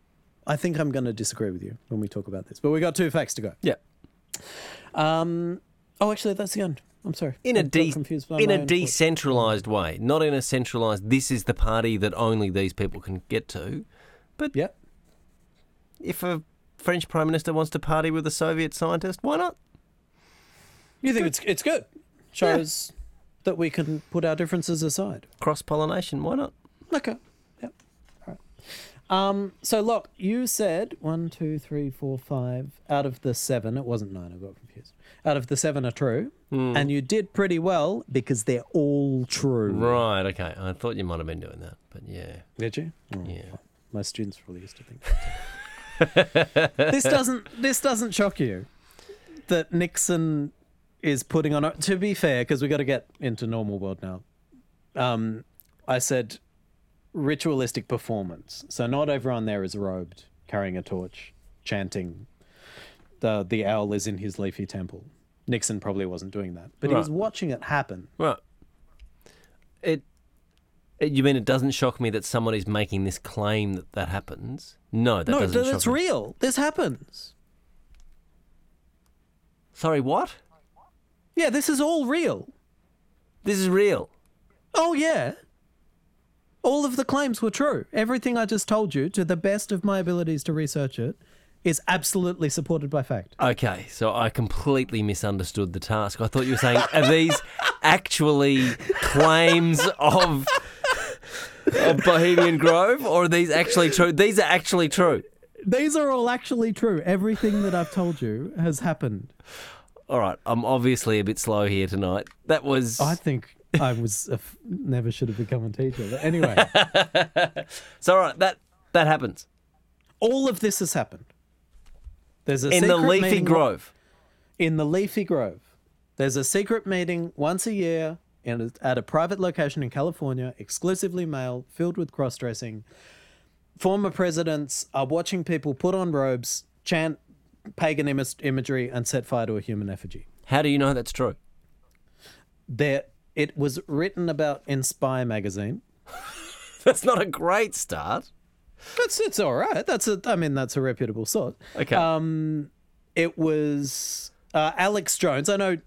Speaker 2: I think I'm going to disagree with you when we talk about this, but we got two facts to go.
Speaker 1: Yeah.
Speaker 2: Um, oh, actually, that's the end. I'm sorry.
Speaker 1: in a
Speaker 2: I'm got
Speaker 1: de-
Speaker 2: confused by
Speaker 1: in
Speaker 2: my
Speaker 1: a
Speaker 2: own thoughts.
Speaker 1: decentralized way, not in a centralized. This is the party that only these people can get to.
Speaker 2: Yeah.
Speaker 1: If a French prime minister wants to party with a Soviet scientist, why not?
Speaker 2: You think it's it's good? Shows that we can put our differences aside.
Speaker 1: Cross pollination, why not?
Speaker 2: Okay. Yep. All right. Um, so, Locke, you said one, two, three, four, five out of the seven. It wasn't nine. I got confused. Out of the seven are true,
Speaker 1: Hmm.
Speaker 2: and you did pretty well because they're all true.
Speaker 1: Right, okay. I thought you might have been doing that, but yeah,
Speaker 2: Did you? Oh,
Speaker 1: yeah.
Speaker 2: My students really used to think.
Speaker 1: *laughs*
Speaker 2: that. this doesn't. This doesn't shock you that Nixon is putting on. To be fair, because we got to get into normal world now. Um, I said ritualistic performance. So not everyone there is robed, carrying a torch, chanting. The the owl is in his leafy temple. Nixon probably wasn't doing that, but he was
Speaker 1: Right.
Speaker 2: watching it happen.
Speaker 1: Right. It You mean it doesn't shock me that someone is making this claim that that happens? No, that
Speaker 2: no,
Speaker 1: doesn't
Speaker 2: th-
Speaker 1: shock
Speaker 2: that's
Speaker 1: me.
Speaker 2: real. This happens.
Speaker 1: Sorry, what?
Speaker 2: Yeah, this is all real.
Speaker 1: This is real.
Speaker 2: Oh, yeah. All of the claims were true. Everything I just told you, to the best of my abilities to research it, is absolutely supported by fact.
Speaker 1: Okay, so I completely misunderstood the task. I thought you were saying, are
Speaker 2: *laughs*
Speaker 1: these actually claims of, of Bohemian Grove, or are these actually true? These are actually true.
Speaker 2: These are all actually true. Everything that I've told you has happened.
Speaker 1: All right, I'm obviously a bit slow here tonight. That was
Speaker 2: I think I was a f- never should have become a teacher.
Speaker 1: *laughs*
Speaker 2: But anyway,
Speaker 1: it's all right. That that happens
Speaker 2: all of this has happened. There's a
Speaker 1: in the
Speaker 2: secret
Speaker 1: leafy
Speaker 2: meeting-
Speaker 1: grove.
Speaker 2: in the Leafy Grove. There's a secret meeting once a year in a, at a private location in California, exclusively male, filled with cross dressing. Former presidents are watching people put on robes, chant pagan Im- imagery, and set fire to a human effigy.
Speaker 1: How do you know that's true?
Speaker 2: There, it was written about in Spy magazine.
Speaker 1: That's not a great start.
Speaker 2: That's it's all right. That's a, I mean, that's a reputable source.
Speaker 1: Okay.
Speaker 2: Um, it was uh, Alex Jones. I know,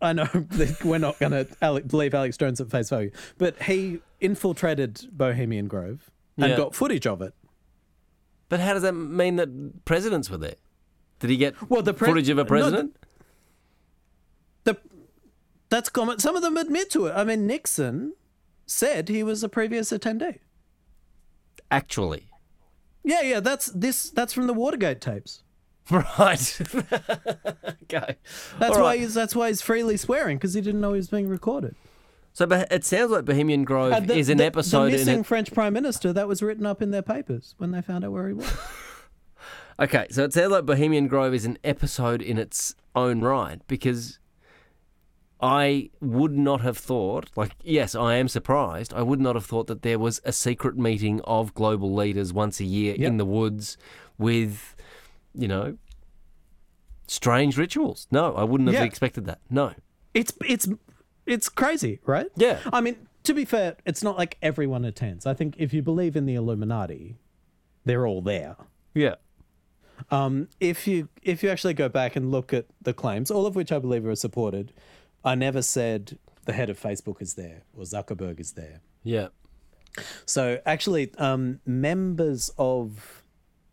Speaker 2: I know *laughs* that we're not going to Ale- believe Alex Jones at face value, but he infiltrated Bohemian Grove and
Speaker 1: Yeah.
Speaker 2: got footage of it.
Speaker 1: but how does that mean that presidents were there? Did he get
Speaker 2: Well, the pre-
Speaker 1: footage of a
Speaker 2: no, the-
Speaker 1: president?
Speaker 2: The, that's common. Some of them admit to it. I mean, Nixon said he was a previous attendee.
Speaker 1: actually. *laughs*
Speaker 2: Yeah, yeah. That's this. That's from the Watergate tapes.
Speaker 1: Right. *laughs* okay.
Speaker 2: That's
Speaker 1: All
Speaker 2: why
Speaker 1: right.
Speaker 2: he's that's why he's freely swearing because he didn't know he was being recorded.
Speaker 1: So Bo- it sounds like Bohemian Grove
Speaker 2: And Uh, the-
Speaker 1: is an
Speaker 2: the-
Speaker 1: episode
Speaker 2: The
Speaker 1: in
Speaker 2: missing
Speaker 1: it.
Speaker 2: French prime minister that was written up in their papers when they found out where he was.
Speaker 1: Okay, so it sounds like Bohemian Grove is an episode in its own right because I would not have thought, like, yes, I am surprised. I would not have thought that there was a secret meeting of global leaders once a year in the woods with, you know, strange rituals. No, I wouldn't have
Speaker 2: Yeah.
Speaker 1: expected that. No.
Speaker 2: it's it's it's crazy, right?
Speaker 1: Yeah.
Speaker 2: I mean, to be fair, it's not like everyone attends. I think if you believe in the Illuminati, they're all there.
Speaker 1: Yeah.
Speaker 2: Um, if you if you actually go back and look at the claims, all of which I believe are supported, I never said the head of Facebook is there or Zuckerberg is there.
Speaker 1: Yeah.
Speaker 2: So actually, um, members of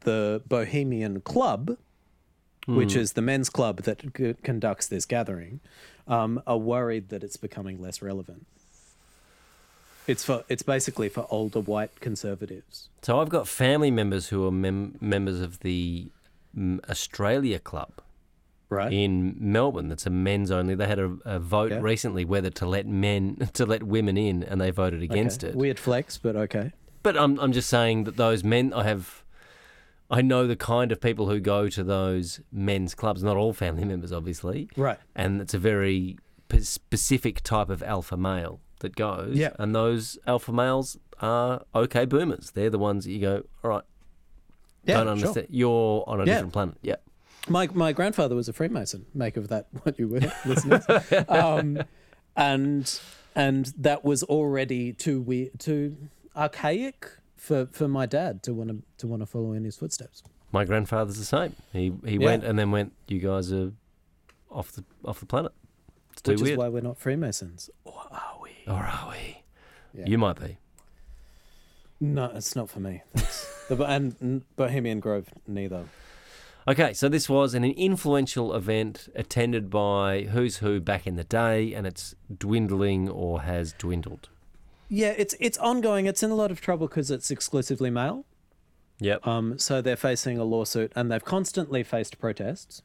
Speaker 2: the Bohemian Club,
Speaker 1: Hmm.
Speaker 2: which is the men's club that c- conducts this gathering, um, are worried that it's becoming less relevant. It's for it's basically for older white conservatives.
Speaker 1: So I've got family members who are mem- members of the mm, Australia Club
Speaker 2: Right.
Speaker 1: in Melbourne. That's a men's only. They had a, a vote
Speaker 2: Yeah.
Speaker 1: recently whether to let men *laughs* to let women in, and they voted against
Speaker 2: Okay.
Speaker 1: it.
Speaker 2: Weird flex, but okay.
Speaker 1: But I'm I'm just saying that those men I have. I know the kind of people who go to those men's clubs, not all family *laughs* members, obviously.
Speaker 2: Right.
Speaker 1: And it's a very p- specific type of alpha male that goes.
Speaker 2: Yeah.
Speaker 1: And those alpha males are okay boomers. They're the ones that you go, all right,
Speaker 2: Yeah,
Speaker 1: don't
Speaker 2: sure.
Speaker 1: understand. You're on a
Speaker 2: Yeah.
Speaker 1: different planet. Yeah.
Speaker 2: My my grandfather was a Freemason. Make of that *laughs* what you will, listeners. Um, and and that was already too we too archaic for, for my dad to want to to want to follow in his footsteps.
Speaker 1: My grandfather's the same. He he
Speaker 2: Yeah.
Speaker 1: went and then went. You guys are off the off the planet. It's too
Speaker 2: Which is
Speaker 1: weird.
Speaker 2: why we're not Freemasons, or are we?
Speaker 1: or are we?
Speaker 2: Yeah.
Speaker 1: You might be.
Speaker 2: No, it's not for me. Thanks. the, and and Bohemian Grove neither.
Speaker 1: Okay, so this was an influential event attended by who's who back in the day, and it's dwindling or has dwindled.
Speaker 2: Yeah, it's it's ongoing. It's in a lot of trouble because it's exclusively male.
Speaker 1: Yep.
Speaker 2: Um, so they're facing a lawsuit and they've constantly faced protests.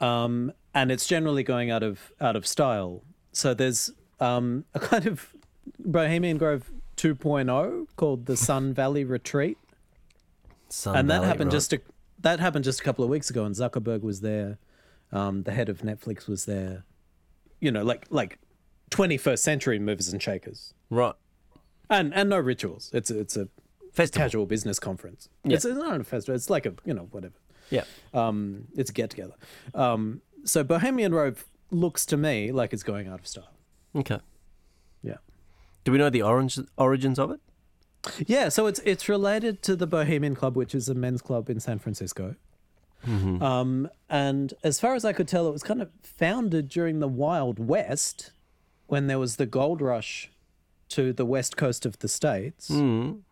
Speaker 2: Um, and it's generally going out of out of style. So there's um, a *laughs* kind of Bohemian Grove 2.0 called
Speaker 1: *laughs*
Speaker 2: the Sun Valley Retreat,
Speaker 1: Sun
Speaker 2: and that
Speaker 1: Valley,
Speaker 2: happened
Speaker 1: right.
Speaker 2: just a, that happened just a couple of weeks ago. And Zuckerberg was there, um, the head of Netflix was there. You know, like like 21st century movers and shakers,
Speaker 1: right.
Speaker 2: and and no rituals. It's a, it's a
Speaker 1: Festival.
Speaker 2: casual business conference. It's, it's not a festival. It's like a you know whatever.
Speaker 1: Yeah.
Speaker 2: Um, it's a get together. Um, so Bohemian Grove looks to me like it's going out of style.
Speaker 1: Okay.
Speaker 2: Yeah.
Speaker 1: Do we know the orange, origins of it?
Speaker 2: Yeah, so it's it's related to the Bohemian Club, which is a men's club in San Francisco. Um, and as far as I could tell, it was kind of founded during the Wild West, when there was the gold rush to the west coast of the states. Um,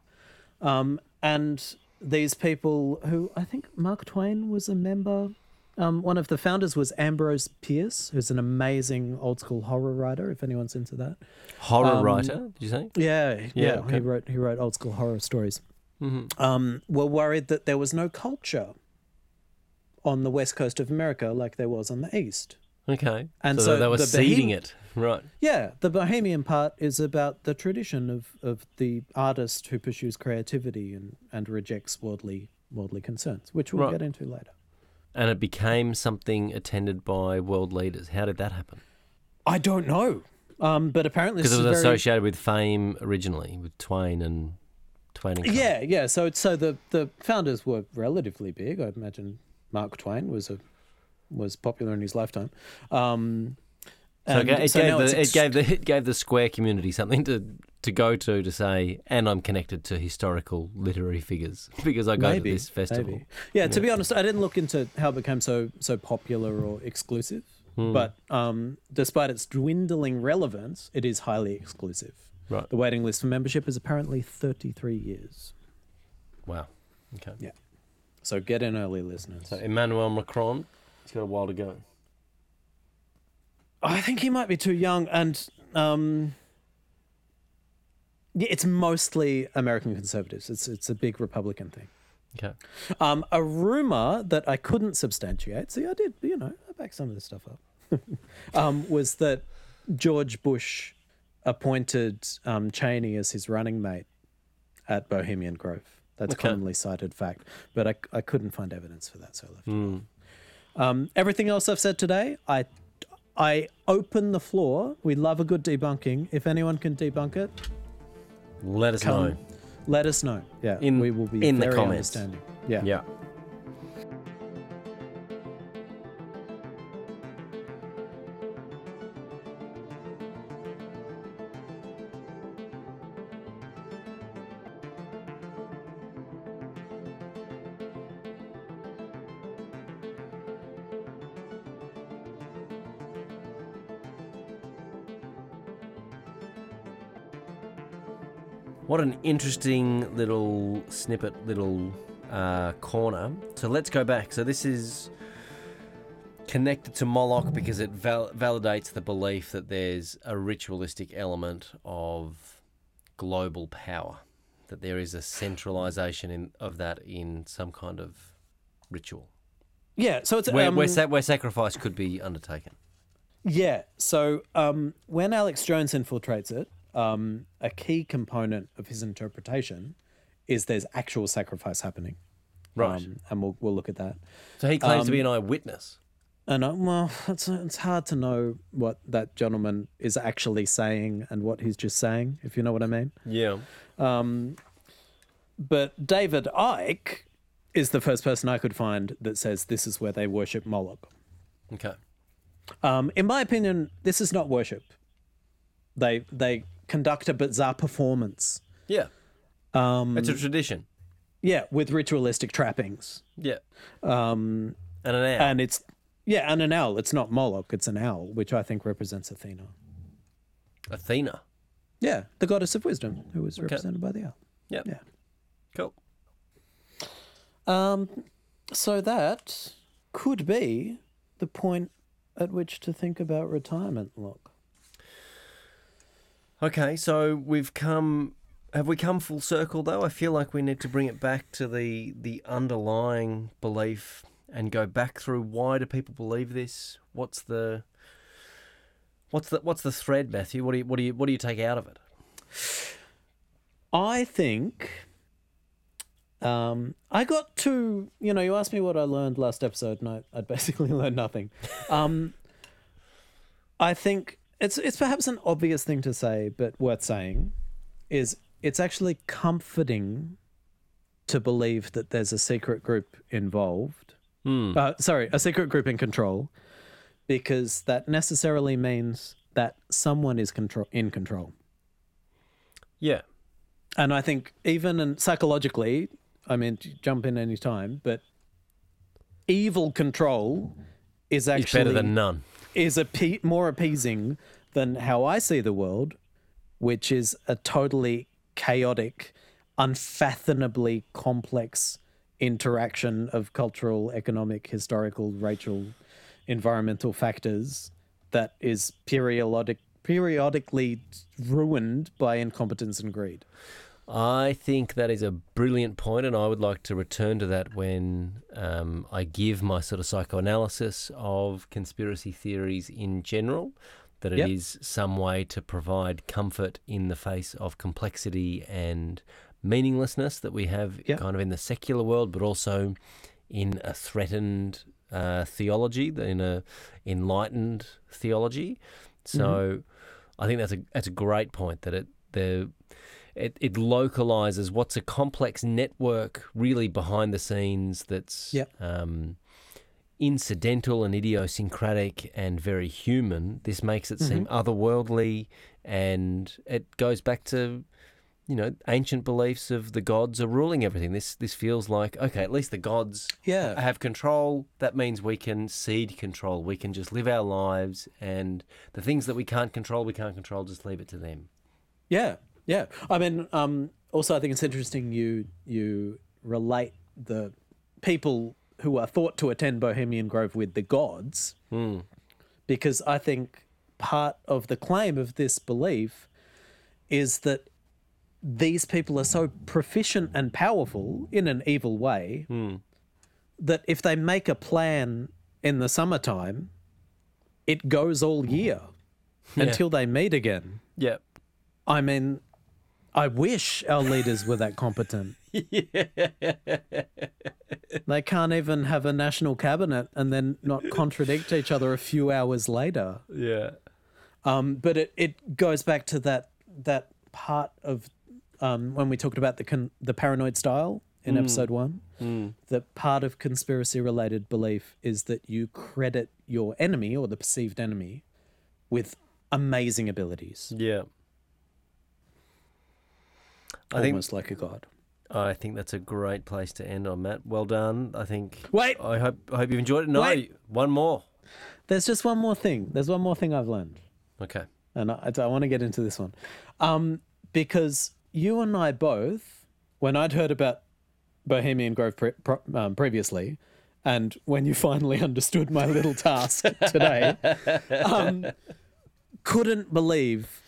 Speaker 2: and these people, who I think Mark Twain was a member. Um, one of the founders was Ambrose Pierce, who's an amazing old school horror writer. If anyone's into that,
Speaker 1: Horror
Speaker 2: Um,
Speaker 1: writer, did you say?
Speaker 2: yeah, yeah.
Speaker 1: okay.
Speaker 2: He wrote he wrote old school horror stories. Um, were worried that there was no culture on the west coast of America like there was on the east.
Speaker 1: Okay.
Speaker 2: And
Speaker 1: so,
Speaker 2: so
Speaker 1: they were
Speaker 2: the
Speaker 1: seeding
Speaker 2: Bohem-
Speaker 1: it. Right.
Speaker 2: Yeah, the Bohemian part is about the tradition of, of the artist who pursues creativity and, and rejects worldly worldly concerns, which we'll
Speaker 1: Right.
Speaker 2: get into later.
Speaker 1: And it became something attended by world leaders. How did that happen?
Speaker 2: I don't know, um, but apparently
Speaker 1: Because
Speaker 2: this
Speaker 1: it
Speaker 2: is
Speaker 1: was
Speaker 2: very-
Speaker 1: associated with fame originally, with Twain and Twain and Co.
Speaker 2: Yeah, yeah. So so the the founders were relatively big. I imagine Mark Twain was a was popular in his lifetime. Um,
Speaker 1: So it
Speaker 2: and
Speaker 1: ga- it, gave
Speaker 2: now it's
Speaker 1: the,
Speaker 2: ex-
Speaker 1: it gave the it gave the square community something to to go to to say, and I'm connected to historical literary figures *laughs* because I go to this festival.
Speaker 2: maybe. Yeah, to be honest, I didn't look into how it became so so popular or exclusive.
Speaker 1: Hmm,
Speaker 2: But um, despite its dwindling relevance, it is highly exclusive.
Speaker 1: Right.
Speaker 2: The waiting list for membership is apparently 33 years.
Speaker 1: Wow. Okay.
Speaker 2: Yeah. So get in early, listeners.
Speaker 1: So Emmanuel Macron, he's got a while to go.
Speaker 2: I think he might be too young, and um, yeah, it's mostly American conservatives. It's it's a big Republican thing.
Speaker 1: Okay.
Speaker 2: Um, a rumor that I couldn't substantiate. See, I did, you know, I backed some of this stuff up. *laughs* um, was that George Bush appointed um, Cheney as his running mate at Bohemian Grove? That's
Speaker 1: Okay.
Speaker 2: commonly cited fact, but I, I couldn't find evidence for that, so I left. it
Speaker 1: Hmm.
Speaker 2: off. Um, everything else I've said today, I I open the floor. We love a good debunking. If anyone can debunk it,
Speaker 1: Let us
Speaker 2: Come.
Speaker 1: know.
Speaker 2: let us know. Yeah,
Speaker 1: In-
Speaker 2: we will be
Speaker 1: in the
Speaker 2: very
Speaker 1: comments.
Speaker 2: understanding. Yeah.
Speaker 1: Yeah. What an interesting little snippet, little uh, corner. So let's go back. So this is connected to Moloch because it val- validates the belief that there's a ritualistic element of global power, that there is a centralization in, of that in some kind of ritual
Speaker 2: Yeah, so it's
Speaker 1: where,
Speaker 2: um,
Speaker 1: where, sa- where sacrifice could be undertaken.
Speaker 2: Yeah. So um, when Alex Jones infiltrates it, um, a key component of his interpretation is there's actual sacrifice happening.
Speaker 1: Right.
Speaker 2: Um, and we'll, we'll look at that.
Speaker 1: So he claims to be an eyewitness.
Speaker 2: And I, well, it's, it's hard to know what that gentleman is actually saying and what he's just saying, if you know what I mean.
Speaker 1: Yeah.
Speaker 2: But David Icke is the first person I could find that says this is where they worship Moloch.
Speaker 1: Okay.
Speaker 2: Um, in my opinion, this is not worship. They they conduct a bizarre performance.
Speaker 1: Yeah. Um, it's a tradition.
Speaker 2: Yeah, with ritualistic trappings.
Speaker 1: Yeah. Um, and an hour.
Speaker 2: And it's yeah, and an owl. It's not Moloch, it's an owl, which I think represents Athena.
Speaker 1: Athena.
Speaker 2: Yeah, the goddess of wisdom, who was represented by the owl.
Speaker 1: Yep.
Speaker 2: Yeah.
Speaker 1: Cool.
Speaker 2: Um so that could be the point at which to think about retirement look.
Speaker 1: Okay, so we've come. Have we come full circle though? I feel like we need to bring it back to the the underlying belief and go back through why do people believe this? What's the what's the what's the thread, Matthew? What do you what do you what do you take out of it?
Speaker 2: I think um, I got to, you know, you asked me what I learned last episode, and I, I basically *laughs* learned nothing. Um, I think it's it's perhaps an obvious thing to say, but worth saying, is it's actually comforting to believe that there's a secret group involved. Uh, sorry, a secret group in control, because that necessarily means that someone is control in control.
Speaker 3: Yeah.
Speaker 2: And I think even and psychologically, I mean, j- jump in any time, but evil control is actually
Speaker 1: It's better than none.
Speaker 2: is appe- more appeasing than how I see the world, which is a totally chaotic, unfathomably complex interaction of cultural, economic, historical, racial, environmental factors that is periodic periodically ruined by incompetence and greed.
Speaker 1: I think that is a brilliant point, and I would like to return to that when um, I give my sort of psychoanalysis of conspiracy theories in general. That it is
Speaker 2: Yep.
Speaker 1: some way to provide comfort in the face of complexity and meaninglessness that we have
Speaker 2: Yep.
Speaker 1: kind of in the secular world, but also in a threatened uh, theology, in a enlightened theology. So I think that's a that's a great point that it the it, it localizes what's a complex network really behind the scenes that's
Speaker 2: Yep.
Speaker 1: um, incidental and idiosyncratic and very human. This makes it seem otherworldly, and it goes back to you know ancient beliefs of the gods are ruling everything. This this feels like okay, at least the gods
Speaker 2: Yeah.
Speaker 1: I Uh, have control. That means we can cede control. We can just live our lives, and the things that we can't control, we can't control. Just leave it to them.
Speaker 2: Yeah, yeah. I mean, um, also I think it's interesting you you relate the people who are thought to attend Bohemian Grove with the gods, because I think part of the claim of this belief is that these people are so proficient and powerful in an evil way that if they make a plan in the summertime, it goes all year until they meet again.
Speaker 1: Yeah.
Speaker 2: I mean, I wish our leaders were
Speaker 1: *laughs*
Speaker 2: that competent. They can't even have a national cabinet and then not contradict each other a few hours later.
Speaker 1: Yeah.
Speaker 2: Um, but it, it goes back to that that part of um, when we talked about the con- the paranoid style in
Speaker 1: Mm.
Speaker 2: episode one. That part of conspiracy related belief is that you credit your enemy or the perceived enemy with amazing abilities,
Speaker 1: Yeah. I think
Speaker 2: almost like a god.
Speaker 1: I think that's a great place to end on, Matt. Well done. I think.
Speaker 2: Wait.
Speaker 1: I hope I hope you've enjoyed it. No,
Speaker 2: Wait.
Speaker 1: one more.
Speaker 2: There's just one more thing. There's one more thing I've learned,
Speaker 1: Okay.
Speaker 2: and I, I want to get into this one, um, because you and I both, when I'd heard about Bohemian Grove pre- pro- um, previously, and when you *laughs* finally understood my little task today, um, couldn't believe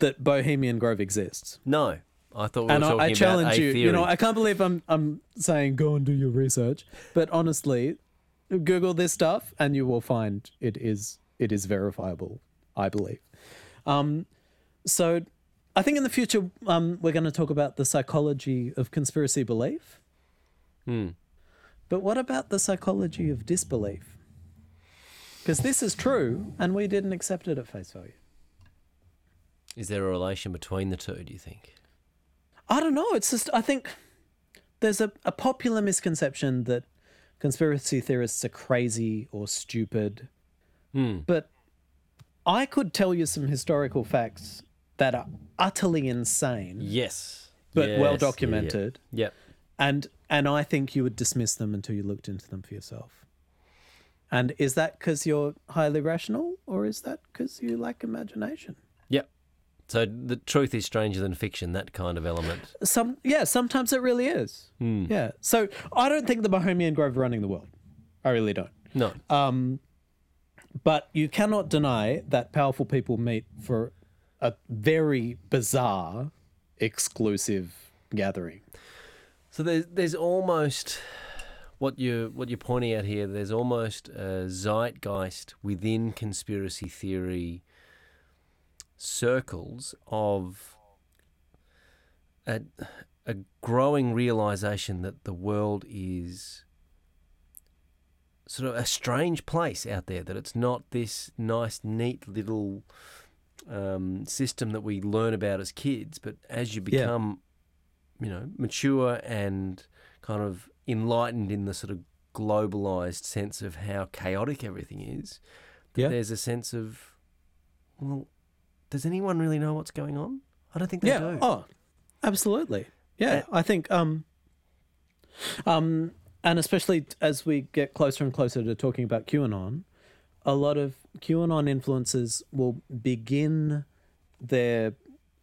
Speaker 2: that Bohemian Grove exists.
Speaker 1: No, I thought we
Speaker 2: And
Speaker 1: were
Speaker 2: I,
Speaker 1: talking
Speaker 2: I challenge
Speaker 1: about
Speaker 2: you.
Speaker 1: a theory.
Speaker 2: You know, I can't believe I'm I'm saying go and do your research, but honestly, Google this stuff and you will find it is it is verifiable. I believe. Um, so, I think in the future um, we're going to talk about the psychology of conspiracy belief.
Speaker 1: Hmm.
Speaker 2: But what about the psychology of disbelief? Because this is true, and we didn't accept it at face value.
Speaker 1: Is there a relation between the two? Do you think?
Speaker 2: I don't know. It's just I think there's a, a popular misconception that conspiracy theorists are crazy or stupid.
Speaker 1: Hmm.
Speaker 2: But I could tell you some historical facts that are utterly insane
Speaker 1: Yes.
Speaker 2: but well
Speaker 1: Yes, yeah, yeah.
Speaker 2: documented.
Speaker 1: Yep.
Speaker 2: And and I think you would dismiss them until you looked into them for yourself. And is that because you're highly rational or is that because you lack imagination?
Speaker 1: Yep. So the truth is stranger than fiction. That kind of element.
Speaker 2: some yeah sometimes it really is yeah so i don't think the bohemian grove are running the world i really don't
Speaker 1: No.
Speaker 2: but you cannot deny that powerful people meet for a very bizarre exclusive gathering
Speaker 1: So there's there's almost what you what you're pointing out here. There's almost a zeitgeist within conspiracy theory circles of a a growing realization that the world is sort of a strange place out there. That it's not this nice, neat little um, system that we learn about as kids, but as you
Speaker 2: Yeah.
Speaker 1: become you know, mature and kind of enlightened in the sort of globalized sense of how chaotic everything is, that
Speaker 2: Yeah.
Speaker 1: there's a sense of, well, does anyone really know what's going on? I don't think they
Speaker 2: Yeah.
Speaker 1: do.
Speaker 2: Oh, absolutely. Yeah, I think. Um, um, and especially as we get closer and closer to talking about QAnon, a lot of QAnon influences will begin their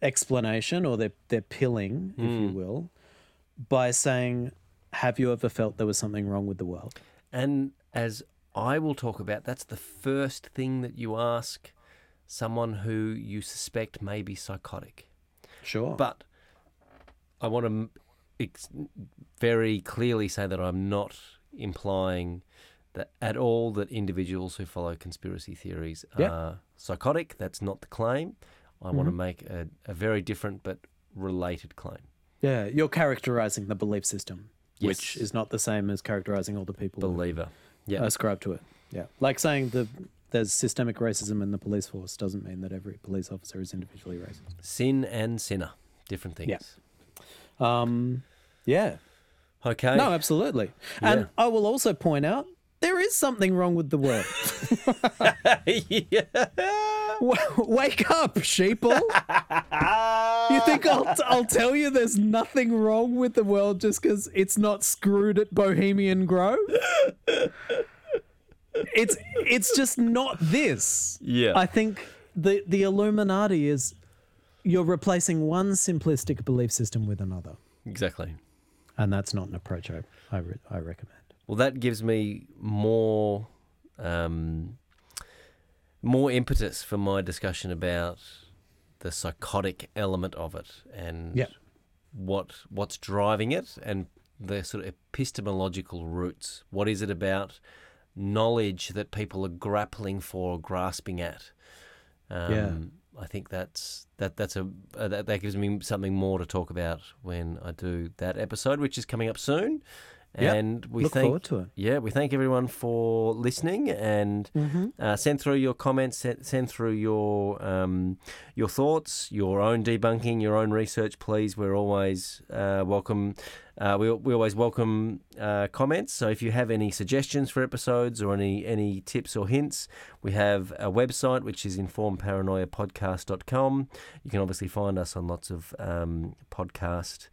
Speaker 2: explanation or their their pilling, if
Speaker 1: Hmm.
Speaker 2: you will, by saying, "Have you ever felt there was something wrong with the world?"
Speaker 1: And as I will talk about, that's the first thing that you ask someone who you suspect may be psychotic.
Speaker 2: Sure.
Speaker 1: But I want to ex- very clearly say that I'm not implying that at all that individuals who follow conspiracy theories
Speaker 2: Yeah. Mm-hmm.
Speaker 1: are psychotic. That's not the claim. I want to make a, a very different but related claim.
Speaker 2: yeah, you're characterizing the belief system, which
Speaker 1: Yes.
Speaker 2: is not the same as characterizing all the people. who
Speaker 1: Believer. Yeah.
Speaker 2: ascribe to it. Yeah, like saying the there's systemic racism in the police force doesn't mean that every police officer is individually racist.
Speaker 1: Sin and sinner. Different things.
Speaker 2: Yeah. Um, yeah,
Speaker 1: Okay. *laughs*
Speaker 2: no, absolutely.
Speaker 1: Yeah.
Speaker 2: And I will also point out there is something wrong with the world. W- *laughs* Wake up, sheeple! you think I'll, I'll tell you there's nothing wrong with the world just because it's not screwed at Bohemian Grove? It's it's just not this.
Speaker 1: Yeah.
Speaker 2: I think the the Illuminati is you're replacing one simplistic belief system with another,
Speaker 1: Exactly.
Speaker 2: and that's not an approach I I, re- I recommend.
Speaker 1: Well, that gives me more um, more impetus for my discussion about the psychotic element of it and
Speaker 2: Yeah.
Speaker 1: what what's driving it and the sort of epistemological roots. What is it about knowledge that people are grappling for, or grasping at? Um,
Speaker 2: Yeah.
Speaker 1: I think that's that. That's a uh, that, that gives me something more to talk about when I do that episode, which is coming up soon.
Speaker 2: Yeah.
Speaker 1: And we
Speaker 2: Look
Speaker 1: thank
Speaker 2: forward to it.
Speaker 1: yeah, we thank everyone for listening and
Speaker 2: Mm-hmm.
Speaker 1: uh, send through your comments, send, send through your um, your thoughts, your own debunking, your own research. Please, we're always uh, welcome. Uh, we, we always welcome uh, comments. So if you have any suggestions for episodes or any any tips or hints, we have a website which is informedparanoiapodcast.com. You can obviously find us on lots of um, podcast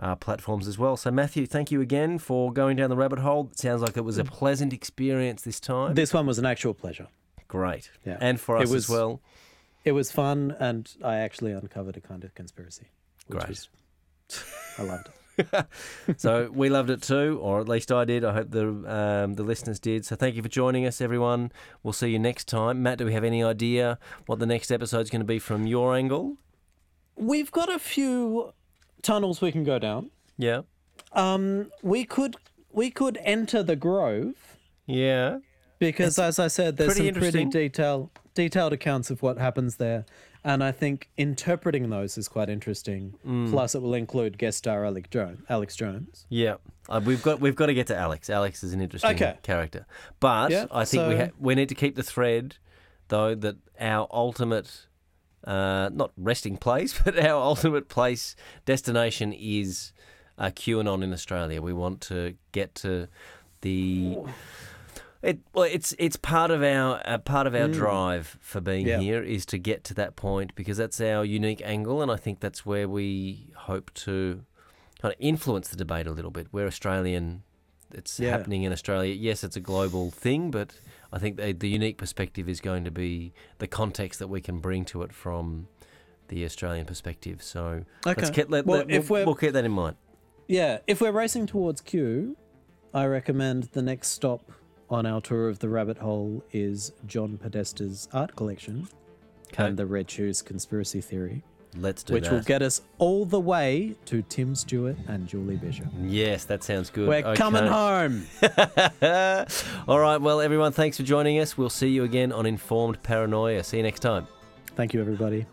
Speaker 1: uh, platforms as well. So, Matthew, thank you again for going down the rabbit hole. It sounds like it was a pleasant experience this time.
Speaker 2: This one was an actual pleasure.
Speaker 1: Great.
Speaker 2: Yeah.
Speaker 1: And for us
Speaker 2: It
Speaker 1: as
Speaker 2: was- *laughs*
Speaker 1: well.
Speaker 2: It was fun, and I actually uncovered a kind of conspiracy. Which
Speaker 1: Great.
Speaker 2: Was, *laughs* I loved it.
Speaker 1: so, we loved it too, or at least I did. I hope the, um, the listeners did. So, thank you for joining us, everyone. We'll see you next time. Matt, do we have any idea what the next episode's going to be from your angle?
Speaker 2: We've got a few tunnels we can go down.
Speaker 1: Yeah.
Speaker 2: Um, we could we could enter the Grove
Speaker 1: Yeah.
Speaker 2: because, as I said, there's
Speaker 1: pretty
Speaker 2: some pretty
Speaker 1: interesting.
Speaker 2: detailed detailed accounts of what happens there, and I think interpreting those is quite interesting.
Speaker 1: Mm.
Speaker 2: Plus, it will include guest star Alex Jones. Alex Jones.
Speaker 1: Yeah, uh, we've got we've got to get to Alex. Alex is an interesting
Speaker 2: Okay.
Speaker 1: character, but
Speaker 2: Yeah,
Speaker 1: I think we
Speaker 2: so-
Speaker 1: ha- we need to keep the thread though that our ultimate, uh, not resting place, *laughs* but our ultimate place destination is uh, QAnon in Australia. We want to get to the. It, well, it's it's part of our uh, part of our drive for being
Speaker 2: Hmm. Yeah.
Speaker 1: here is to get to that point because that's our unique angle, and I think that's where we hope to kind of influence the debate a little bit. We're Australian; it's
Speaker 2: Yeah.
Speaker 1: happening in Australia. Yes, it's a global thing, but I think the, the unique perspective is going to be the context that we can bring to it from the Australian perspective. So let's
Speaker 2: Okay.
Speaker 1: get let,
Speaker 2: Well,
Speaker 1: let-
Speaker 2: if
Speaker 1: we'll,
Speaker 2: we're-
Speaker 1: we'll keep that in mind.
Speaker 2: Yeah, if we're racing towards Q, I recommend the next stop on our tour of the rabbit hole is John Podesta's art collection
Speaker 1: Okay,
Speaker 2: and the Red Shoes conspiracy theory.
Speaker 1: let's do
Speaker 2: which
Speaker 1: that.
Speaker 2: will get us all the way to Tim Stewart and Julie Bishop.
Speaker 1: yes, that sounds good.
Speaker 2: We're coming
Speaker 1: Okay.
Speaker 2: home.
Speaker 1: *laughs* All right, well, everyone, thanks for joining us. We'll see you again on Informed Paranoia. See you next time.
Speaker 2: Thank you, everybody.